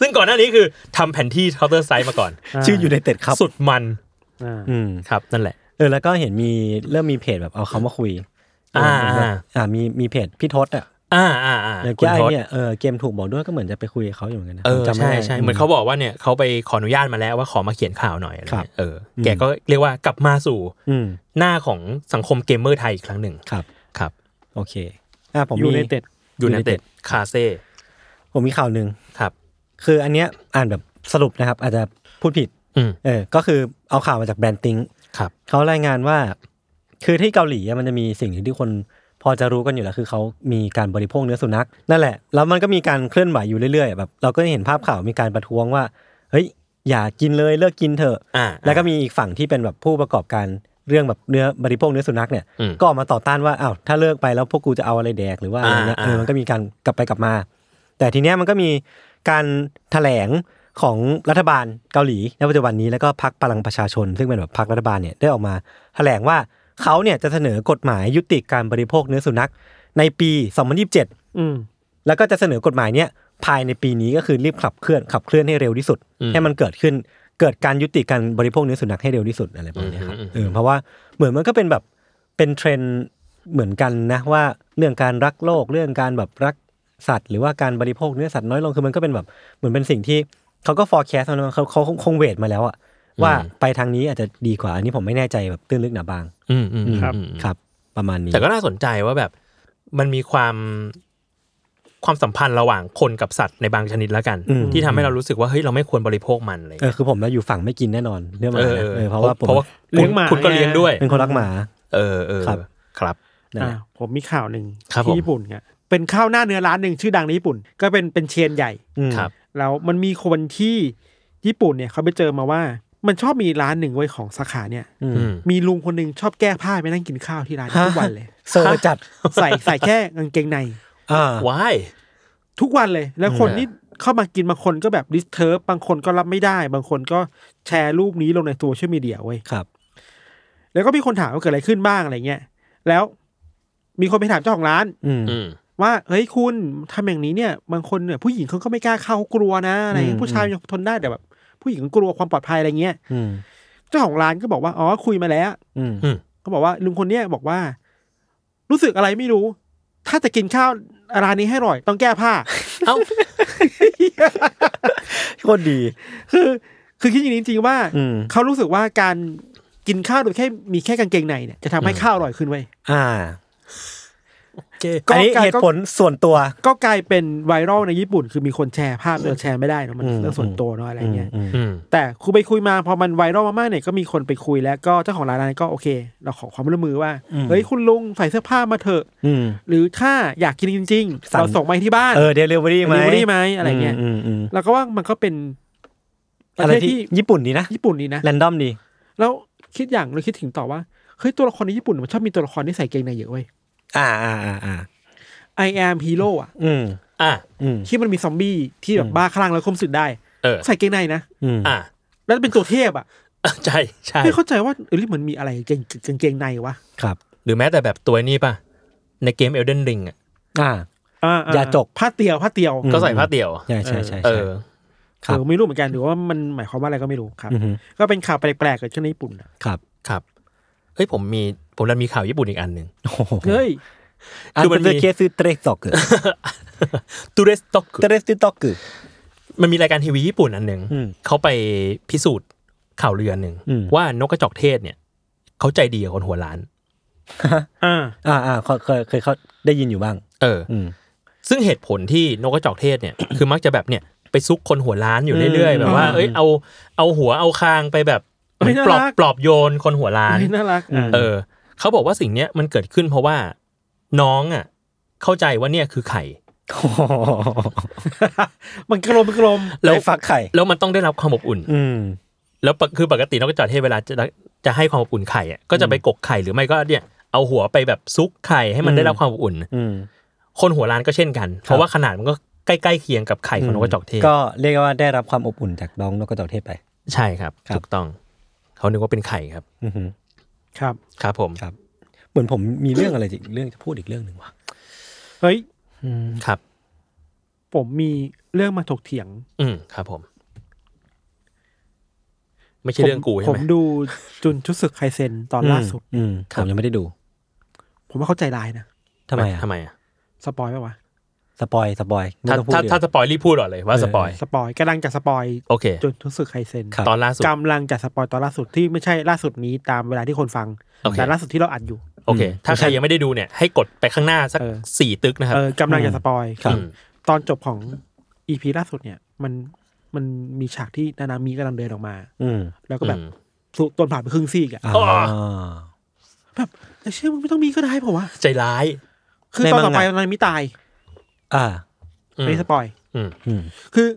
Speaker 3: ซึ่งก่อนหน้านี้คือทำแผนที่ Counter Strike มาก่อน
Speaker 4: ชื่ออยู่ในเต็ดครับ
Speaker 3: สุดมัน
Speaker 2: อ่า
Speaker 4: อืม
Speaker 3: ครับนั่นแหละ
Speaker 4: เออ แล้วก็เห็นมีเริ่มมีเพจแบบเอาเขามาคุย
Speaker 3: อ่า
Speaker 4: เแบบอ่า มีมีเพจพี่ทศอ่ะ
Speaker 3: อ่าอ่าอ่า
Speaker 4: แล้ว
Speaker 3: คุณ
Speaker 4: ก็ไอ
Speaker 3: ทศ
Speaker 4: เนี่ยเออเกมถูกบอกด้วยก็เหมือนจะไปคุยกับเขาอยู่เหมือนกันนะ
Speaker 3: เออ
Speaker 4: ผมจำไม่
Speaker 3: ใช่
Speaker 4: ได้
Speaker 3: ใช่เหมือนเขาบอกว่าเนี่ยเขาไปขออนุญาตมาแล้วว่าขอมาเขียนข่าวหน่อยอะไร
Speaker 4: ครับ
Speaker 3: เงี้ยเอออ
Speaker 4: ม
Speaker 3: แกก็เรียกว่ากลับมาสู่
Speaker 4: อืม
Speaker 3: หน้าของสังคมเกมเมอร์ไทยอีกครั้งหนึ่ง
Speaker 4: ครับ
Speaker 3: ครับ
Speaker 4: โอเค อ่าผม
Speaker 2: ยู
Speaker 4: มี
Speaker 2: ไนเต็ด
Speaker 3: ยูไนเต็ด
Speaker 4: United
Speaker 3: คาเซ่
Speaker 4: ผมมีข่าวหนึ่ง
Speaker 3: ครับ
Speaker 4: คืออันเนี้ยอ่านแบบสรุปนะครับ อาจจะพูดผิด
Speaker 3: อืม
Speaker 4: เออ ก็คือเอาข่าวมาจากแบรนด์ติง
Speaker 3: ครับ
Speaker 4: เขารายงานว่า คือที่เกาหลีอะมันจะมีสิ่งหนึ่งที่คนพอจะรู้กันอยู่แล้วคือเขามีการบริโภคเนื้อสุนัขนั่นแหละ แล้วมันก็มีการเคลื่อนไหวอยู่เรื่อยๆแบบเราก็เห็นภาพข่าวมีการประท้วงว่าเฮ้ยอย่ากินเลยเลิกกินเถอะ
Speaker 3: อ่า
Speaker 4: แล้วก็มีอีกฝั่งที่เป็นแบบผู้ประกอบการเรื่องแบบเนื้อบริโภคเนื้อสุนัขเนี่ย
Speaker 3: อืม
Speaker 4: ก็ออกมาต่อต้านว่าอ้าวถ้าเลิกไปแล้วพวกกูจะเอาอะไรแดกหรือว่าอะไรเงี้ย
Speaker 3: อ่า
Speaker 4: เออ
Speaker 3: อ่ามั
Speaker 4: มันก็มีการกลับไปกลับมา แต่ทีเนี้ยมันก็มีการแถลงของรัฐบาลเกาหลีในปัจจุบันนี้แล้วก็พรรคพลังประชาชน ซึ่งเป็นแบบพรรครัฐบาลเนี่ยได้ออกมา แถลงว่าเขาเนี่ยจะเสนอกฎหมายยุติการบริโภคเนื้อสุนัขในปี 2027
Speaker 2: อืม
Speaker 4: แล้วก็จะเสนอกฎหมายเนี่ยภายในปีนี้ก็คือรีบขับเคลื่อนขับเคลื่อนให้เร็วที่สุด
Speaker 3: อืม
Speaker 4: ให้มันเกิดขึ้นเกิดการยุติการบริโภคเนื้อสุนัขให้เร็วที่สุดอะไรประมาณเนี้ยครับ
Speaker 3: อืมอืมอืม
Speaker 4: เออเพราะว่าเหมือนมันก็เป็นแบบเป็นเทรนด์เหมือนกันนะว่า เรื่องการรักโลกเรื่องการแบบรักสัตว์ หรือว่าการบริโภคเนื้อสัตว์น้อยลงคือมันก็เป็นแบบเหมือนเป็นสิ่งที่เขาก็ forecast มาแล้วเขาเขาคงเวทมาแล้วอะว่าไปทางนี้อาจจะดีกว่าอันนี้ผมไม่แน่ใจแบบตื้นลึกหนาบาง
Speaker 3: อืมอืมอืม
Speaker 2: ครับ
Speaker 3: อืม
Speaker 4: ครับ ประมาณนี้
Speaker 3: แต่ก็น่าสนใจว่าแบบมันมีความความสัมพันธ์ระหว่างคนกับสัตว์ในบางชนิดแล้วกัน
Speaker 4: อืม
Speaker 3: ที่ทำให้เรารู้สึกว่าเฮ้ยเราไม่ควรบริโภคมันอะไร
Speaker 4: เออ
Speaker 3: เงี้ย
Speaker 4: คือผมนะอยู่ฝั่งไม่กินแน่นอนเรื่องหมานะเออเพราะว่าผม
Speaker 3: เพราะว่า
Speaker 2: เลี้ยงหมา
Speaker 3: คุณก็
Speaker 2: ไง
Speaker 3: เลี้ยงด้วย
Speaker 4: เป็นคนรักหมา
Speaker 3: เออเออ
Speaker 4: ครับ
Speaker 3: ครับ
Speaker 4: นั่นแห
Speaker 2: อ่า
Speaker 4: ละ
Speaker 2: ผมมีข่าวหนึ่ง
Speaker 3: ครับผม
Speaker 2: ที่ญี่ปุ่นครับเป็นข้าวหน้าเนื้อร้านหนึ่งชื่อดังในญี่ปุ่น ก็เป็นเป็นเชนใหญ่
Speaker 4: อืม
Speaker 3: ครับ
Speaker 2: แล้วมันมีคนที่ญี่ปุ่นเนี่ยเขาไปเจอมาว่า มันชอบมีร้านหนึ่งไว้ยของสาขาเนี่ย
Speaker 4: อืม
Speaker 3: อืม
Speaker 2: มีลุงคนหนึ่งชอบแก้ผ้าไปนั่งกินข้าวที่ร้านทุกวันเลย
Speaker 4: เซอร์จัด
Speaker 2: ใส่ ใส่แค่กางเกงใน
Speaker 4: อ่า
Speaker 3: why
Speaker 2: ทุกวันเลย แล้วคน
Speaker 3: อืม
Speaker 2: ที่เข้ามากินบางคนก็แบบดิสเทิร์บบางคนก็รับไม่ได้ บางคนก็แชร์รูปนี้ลงในโซเชียลมีเดียเว้ย
Speaker 4: ครับ
Speaker 2: แล้วก็มีคนถามว่าเกิดอะไรขึ้นบ้างอะไรเงี้ย แล้วมีคนไปถามเจ้าของร้าน
Speaker 4: อืม
Speaker 3: อืม
Speaker 2: ว่าเฮ้ยคุณทำอย่างนี้เนี่ย บางคนเนี่ยผู้หญิงเขาก็ไม่กล้าเข้าเขากลัวนะอะไรเงี้ย
Speaker 4: อืม
Speaker 2: ผู้ชายยังทนได้แต่แบบ ผู้หญิงกลัวความปลอดภัยอะไรเงี้ย
Speaker 4: อืม
Speaker 2: เจ้าของร้านก็บอกว่าอ๋อคุยมาแล้ว
Speaker 4: อืม
Speaker 2: ก็บอกว่าลุงคนเนี้ยบอกว่า รู้สึกอะไรไม่รู้ ถ้าจะกินข้าวร้านนี้ให้อร่อย ต้องแก้ผ้า
Speaker 3: เอ้า
Speaker 4: โคตรดี
Speaker 2: คือคือคิดอย่างนี้จริงๆว่า
Speaker 4: อืม
Speaker 2: เขารู้สึกว่าการกินข้าวโดยแค่มีแค่กางเกงในเนี่ยจะทำให้
Speaker 3: อืม
Speaker 2: ข้าวอร่อยขึ้นเว้ย
Speaker 4: อ่า
Speaker 3: โอเค
Speaker 2: ก็
Speaker 4: อันนี้
Speaker 2: ก็
Speaker 4: เหตุผลส่วนตัว
Speaker 2: ก็กลายเป็นไวรัลในญี่ปุ่น คือมีคนแชร์ภาพเออแชร์ไม่ได้เนอะมัน
Speaker 4: อืม
Speaker 2: เรื่องส่วนตัวเนาะอะไรเงี้ย
Speaker 4: อืม
Speaker 3: อืม
Speaker 2: แต่คุยไปคุยมาพอมันไวรัลมากๆเนี่ยก็มีคนไปคุยแล้วก็เจ้าของร้านนั้นก็โอเค เราขอความร่วมมือว่าเฮ้ยคุณลุงใส่เสื้อผ้ามาเถอะ
Speaker 4: อืม
Speaker 2: หรือถ้าอยากกินจริงๆ
Speaker 4: สั่ง
Speaker 2: เราส่งมาให้ที่บ้าน
Speaker 4: เออเดลิเวอรี่ไหม
Speaker 2: มีบรี่ไหมอะไรเงี้ย
Speaker 4: อืมอืม
Speaker 2: เราก็ว่ามันก็เป็นป
Speaker 4: อะ
Speaker 2: ระ
Speaker 4: ไร
Speaker 2: เทศ
Speaker 4: ที่
Speaker 2: ที่
Speaker 4: ญี่ปุ่นดีนะ
Speaker 2: ญี่ปุ่นนี่นะ
Speaker 4: แรนดอมดี
Speaker 2: แล้วคิดอย่างเราคิดถึงต่อว่าเฮ้ยตัวละครในญี่ปุ่นมันชอบมีตัวละครที่ใส่เกงในเยอะเว้ย
Speaker 4: อ่าอ่าอ่าอ่า
Speaker 2: I am hero อ่ะ
Speaker 4: อืม
Speaker 3: อ่ะ
Speaker 4: อืม
Speaker 2: ที่มันมีซอมบี้ที่แบบบ้าคลั่งแล้วคมสุดได้
Speaker 3: เออ
Speaker 2: ใส่เกงในนะ
Speaker 4: อืม
Speaker 3: อ่ะ
Speaker 2: แล้วเป็นตัวเทพอ่ะ
Speaker 3: ใช่ใช่
Speaker 2: ไม่เข้าใจว่าเออหรือมันมีอะไรเกงเกงเกงในวะ
Speaker 4: ครับ
Speaker 3: หรือแม้แต่แบบตัวนี้ป่ะ ในเกม Elden Ring อ่ะ
Speaker 4: อ่า
Speaker 2: อ่ๆ
Speaker 4: อย่าจก
Speaker 2: ผ้าเตียวผ้าเตียว
Speaker 4: อืม
Speaker 3: ก็ใส่ผ้าเดี่ยว
Speaker 4: ใช่ใช่ใช่
Speaker 3: เอ
Speaker 4: ใช่
Speaker 3: อ
Speaker 4: ครับ
Speaker 2: เออไม่รู้เหมือนกันหรือว่ามันหมายความว่าอะไรก็ไม่รู้ครับ
Speaker 4: อือฮึ
Speaker 2: ก็เป็นข่าวแปลกๆเกิดขึ้นในญี่ปุ่นนะครับ
Speaker 3: ครับเฮ้ยผมมีผมดันมีข่าวญี่ปุ่นอีกอันหนึ่ง
Speaker 4: โอ้โห
Speaker 2: เฮ้ย
Speaker 4: อัน
Speaker 3: คือมันมี
Speaker 4: เป็นเคสคือเตรสตอกเกอร์
Speaker 3: ตูเรสต็อก
Speaker 4: เตรสตอกเกอร์
Speaker 3: มันมีรายการทีวีญี่ปุ่นอันหนึ่ง
Speaker 4: อืม
Speaker 3: เขาไปพิสูจน์ข่าวเรืออันหนึ่ง
Speaker 4: อืม
Speaker 3: ว่านกกระจอกเทศเนี่ยเขาใจดีกับคนหัวล้าน
Speaker 2: อ่า
Speaker 4: อ่าอ่าเคยเคยเคยเขาได้ยินอยู่บ้าง
Speaker 3: เออ
Speaker 4: อืม
Speaker 3: ซึ่งเหตุผลที่นกกระจอกเทศเนี่ย คือมักจะแบบเนี่ยไปซุกคนหัวล้านอยู่เรื่อย
Speaker 4: อื
Speaker 3: ๆ
Speaker 4: ม
Speaker 3: แบบว่า
Speaker 4: อืม
Speaker 3: เอ้ยเอาเอาหัวเอาคางไปแบบปลอบปลอบโยนคนหัวล้าน
Speaker 2: เฮ้ยน่ารักอ่า
Speaker 3: เออเขาบอกว่าสิ่งเนี้ยมันเกิดขึ้นเพราะว่าน้องอ่ะเข้าใจว่าเนี่ยคือไข่
Speaker 4: โอ้โห
Speaker 2: มันกลมมันกลม
Speaker 3: แล้ว
Speaker 4: ได้ฟักไข่
Speaker 3: แล้วมันต้องได้รับความอบอุ่น
Speaker 4: อืม
Speaker 3: แล้วปกคือปกตินกกระจอกเทศเวลาจะจะให้ความอบอุ่นไข่อะก็จะไปกกไข่หรือไม่ก็เนี่ยเอาหัวไปแบบซุกไข่ให้มัน
Speaker 4: อืม
Speaker 3: ได้รับความอบอุ่น
Speaker 4: อืม
Speaker 3: คนหัวล้านก็เช่นกัน เพราะว่าขนาดมันก็ใกล้ๆเคียงกับไข่ของนกกระจอกเทศ
Speaker 4: ก็เรียกว่าได้รับความอบอุ่นจากน้องนกกระจอกเทศไป
Speaker 3: ใช่ครับ
Speaker 4: ครับ
Speaker 3: ถูกต้อง เขานึกว่าเป็นไข่ครับ
Speaker 4: อือหือ
Speaker 2: ครับ
Speaker 3: ครับผม
Speaker 4: ครับ เหมือนผมมีเรื่องอะไรอีกเรื่องจะพูดอีกเรื่องหนึ่งว่ะ
Speaker 2: เฮ้ย
Speaker 3: ครับ
Speaker 2: ผมมีเรื่องมาถกเถียง
Speaker 3: อืมครับผม ไม่ใช่เรื่องกู
Speaker 2: ผ
Speaker 3: ใช่
Speaker 2: ม
Speaker 3: ไหม
Speaker 2: ดูจุนชุดศึกไคเซนตอนล่าสุด
Speaker 4: อืม
Speaker 3: ค
Speaker 4: ผ
Speaker 3: รับ
Speaker 4: มยังไม่ได้ดู
Speaker 2: ผมว่าเข้าใจลายนะ
Speaker 4: ทำไมอ่ะ
Speaker 3: ทำไมอ่ะ
Speaker 2: สปอยไหมวะ
Speaker 4: สปอยสปอยไม่
Speaker 3: ถ้า
Speaker 4: ต้องพูด
Speaker 3: ถ้า
Speaker 4: ดีก
Speaker 3: ถ้า
Speaker 4: ว่า
Speaker 3: สปอยรีบพูดก่อนเลยว่าสปอย
Speaker 2: สปอยกำลังจะสปอย
Speaker 3: โอเค
Speaker 2: จุนชุดศึกไคเซน
Speaker 4: ครับ
Speaker 3: ตอนล่าสุด
Speaker 2: กำลังจะสปอยตอนล่าสุดที่ไม่ใช่ล่าสุดนี้ตามเวลาที่คนฟัง
Speaker 3: โอเค
Speaker 2: แต่ล่าสุดที่เราอัดอยู่
Speaker 3: โอเค ถ้าใครยังไม่ได้ดูเนี่ย ให้กดไปข้างหน้าสัก
Speaker 2: เออ
Speaker 3: สี่ตึกนะครับ
Speaker 2: เออกำลังจะสปอย
Speaker 4: ครับ
Speaker 3: อืม
Speaker 2: ตอนจบของอีพีล่าสุดเนี่ย มันมันมีฉากที่นานามิกำลังเดินออกมา
Speaker 4: อืม
Speaker 2: แล้วก็แบบ
Speaker 3: อืม
Speaker 2: สุตนผ่านไปครึ่งซีกอะ
Speaker 4: อ่า
Speaker 3: อ๋อ
Speaker 2: แบบไอ้เชื่อมึงไม่ต้องมีก็ได้ผมว่า
Speaker 3: ใจร้าย
Speaker 2: คือ
Speaker 4: ใน
Speaker 2: ต
Speaker 4: มั
Speaker 2: อน
Speaker 4: งงะ
Speaker 2: ต่อไปนานามิตาย
Speaker 4: อ่า
Speaker 3: อืม
Speaker 2: ไอ้สปอย
Speaker 3: อืม
Speaker 4: อืม
Speaker 2: คือ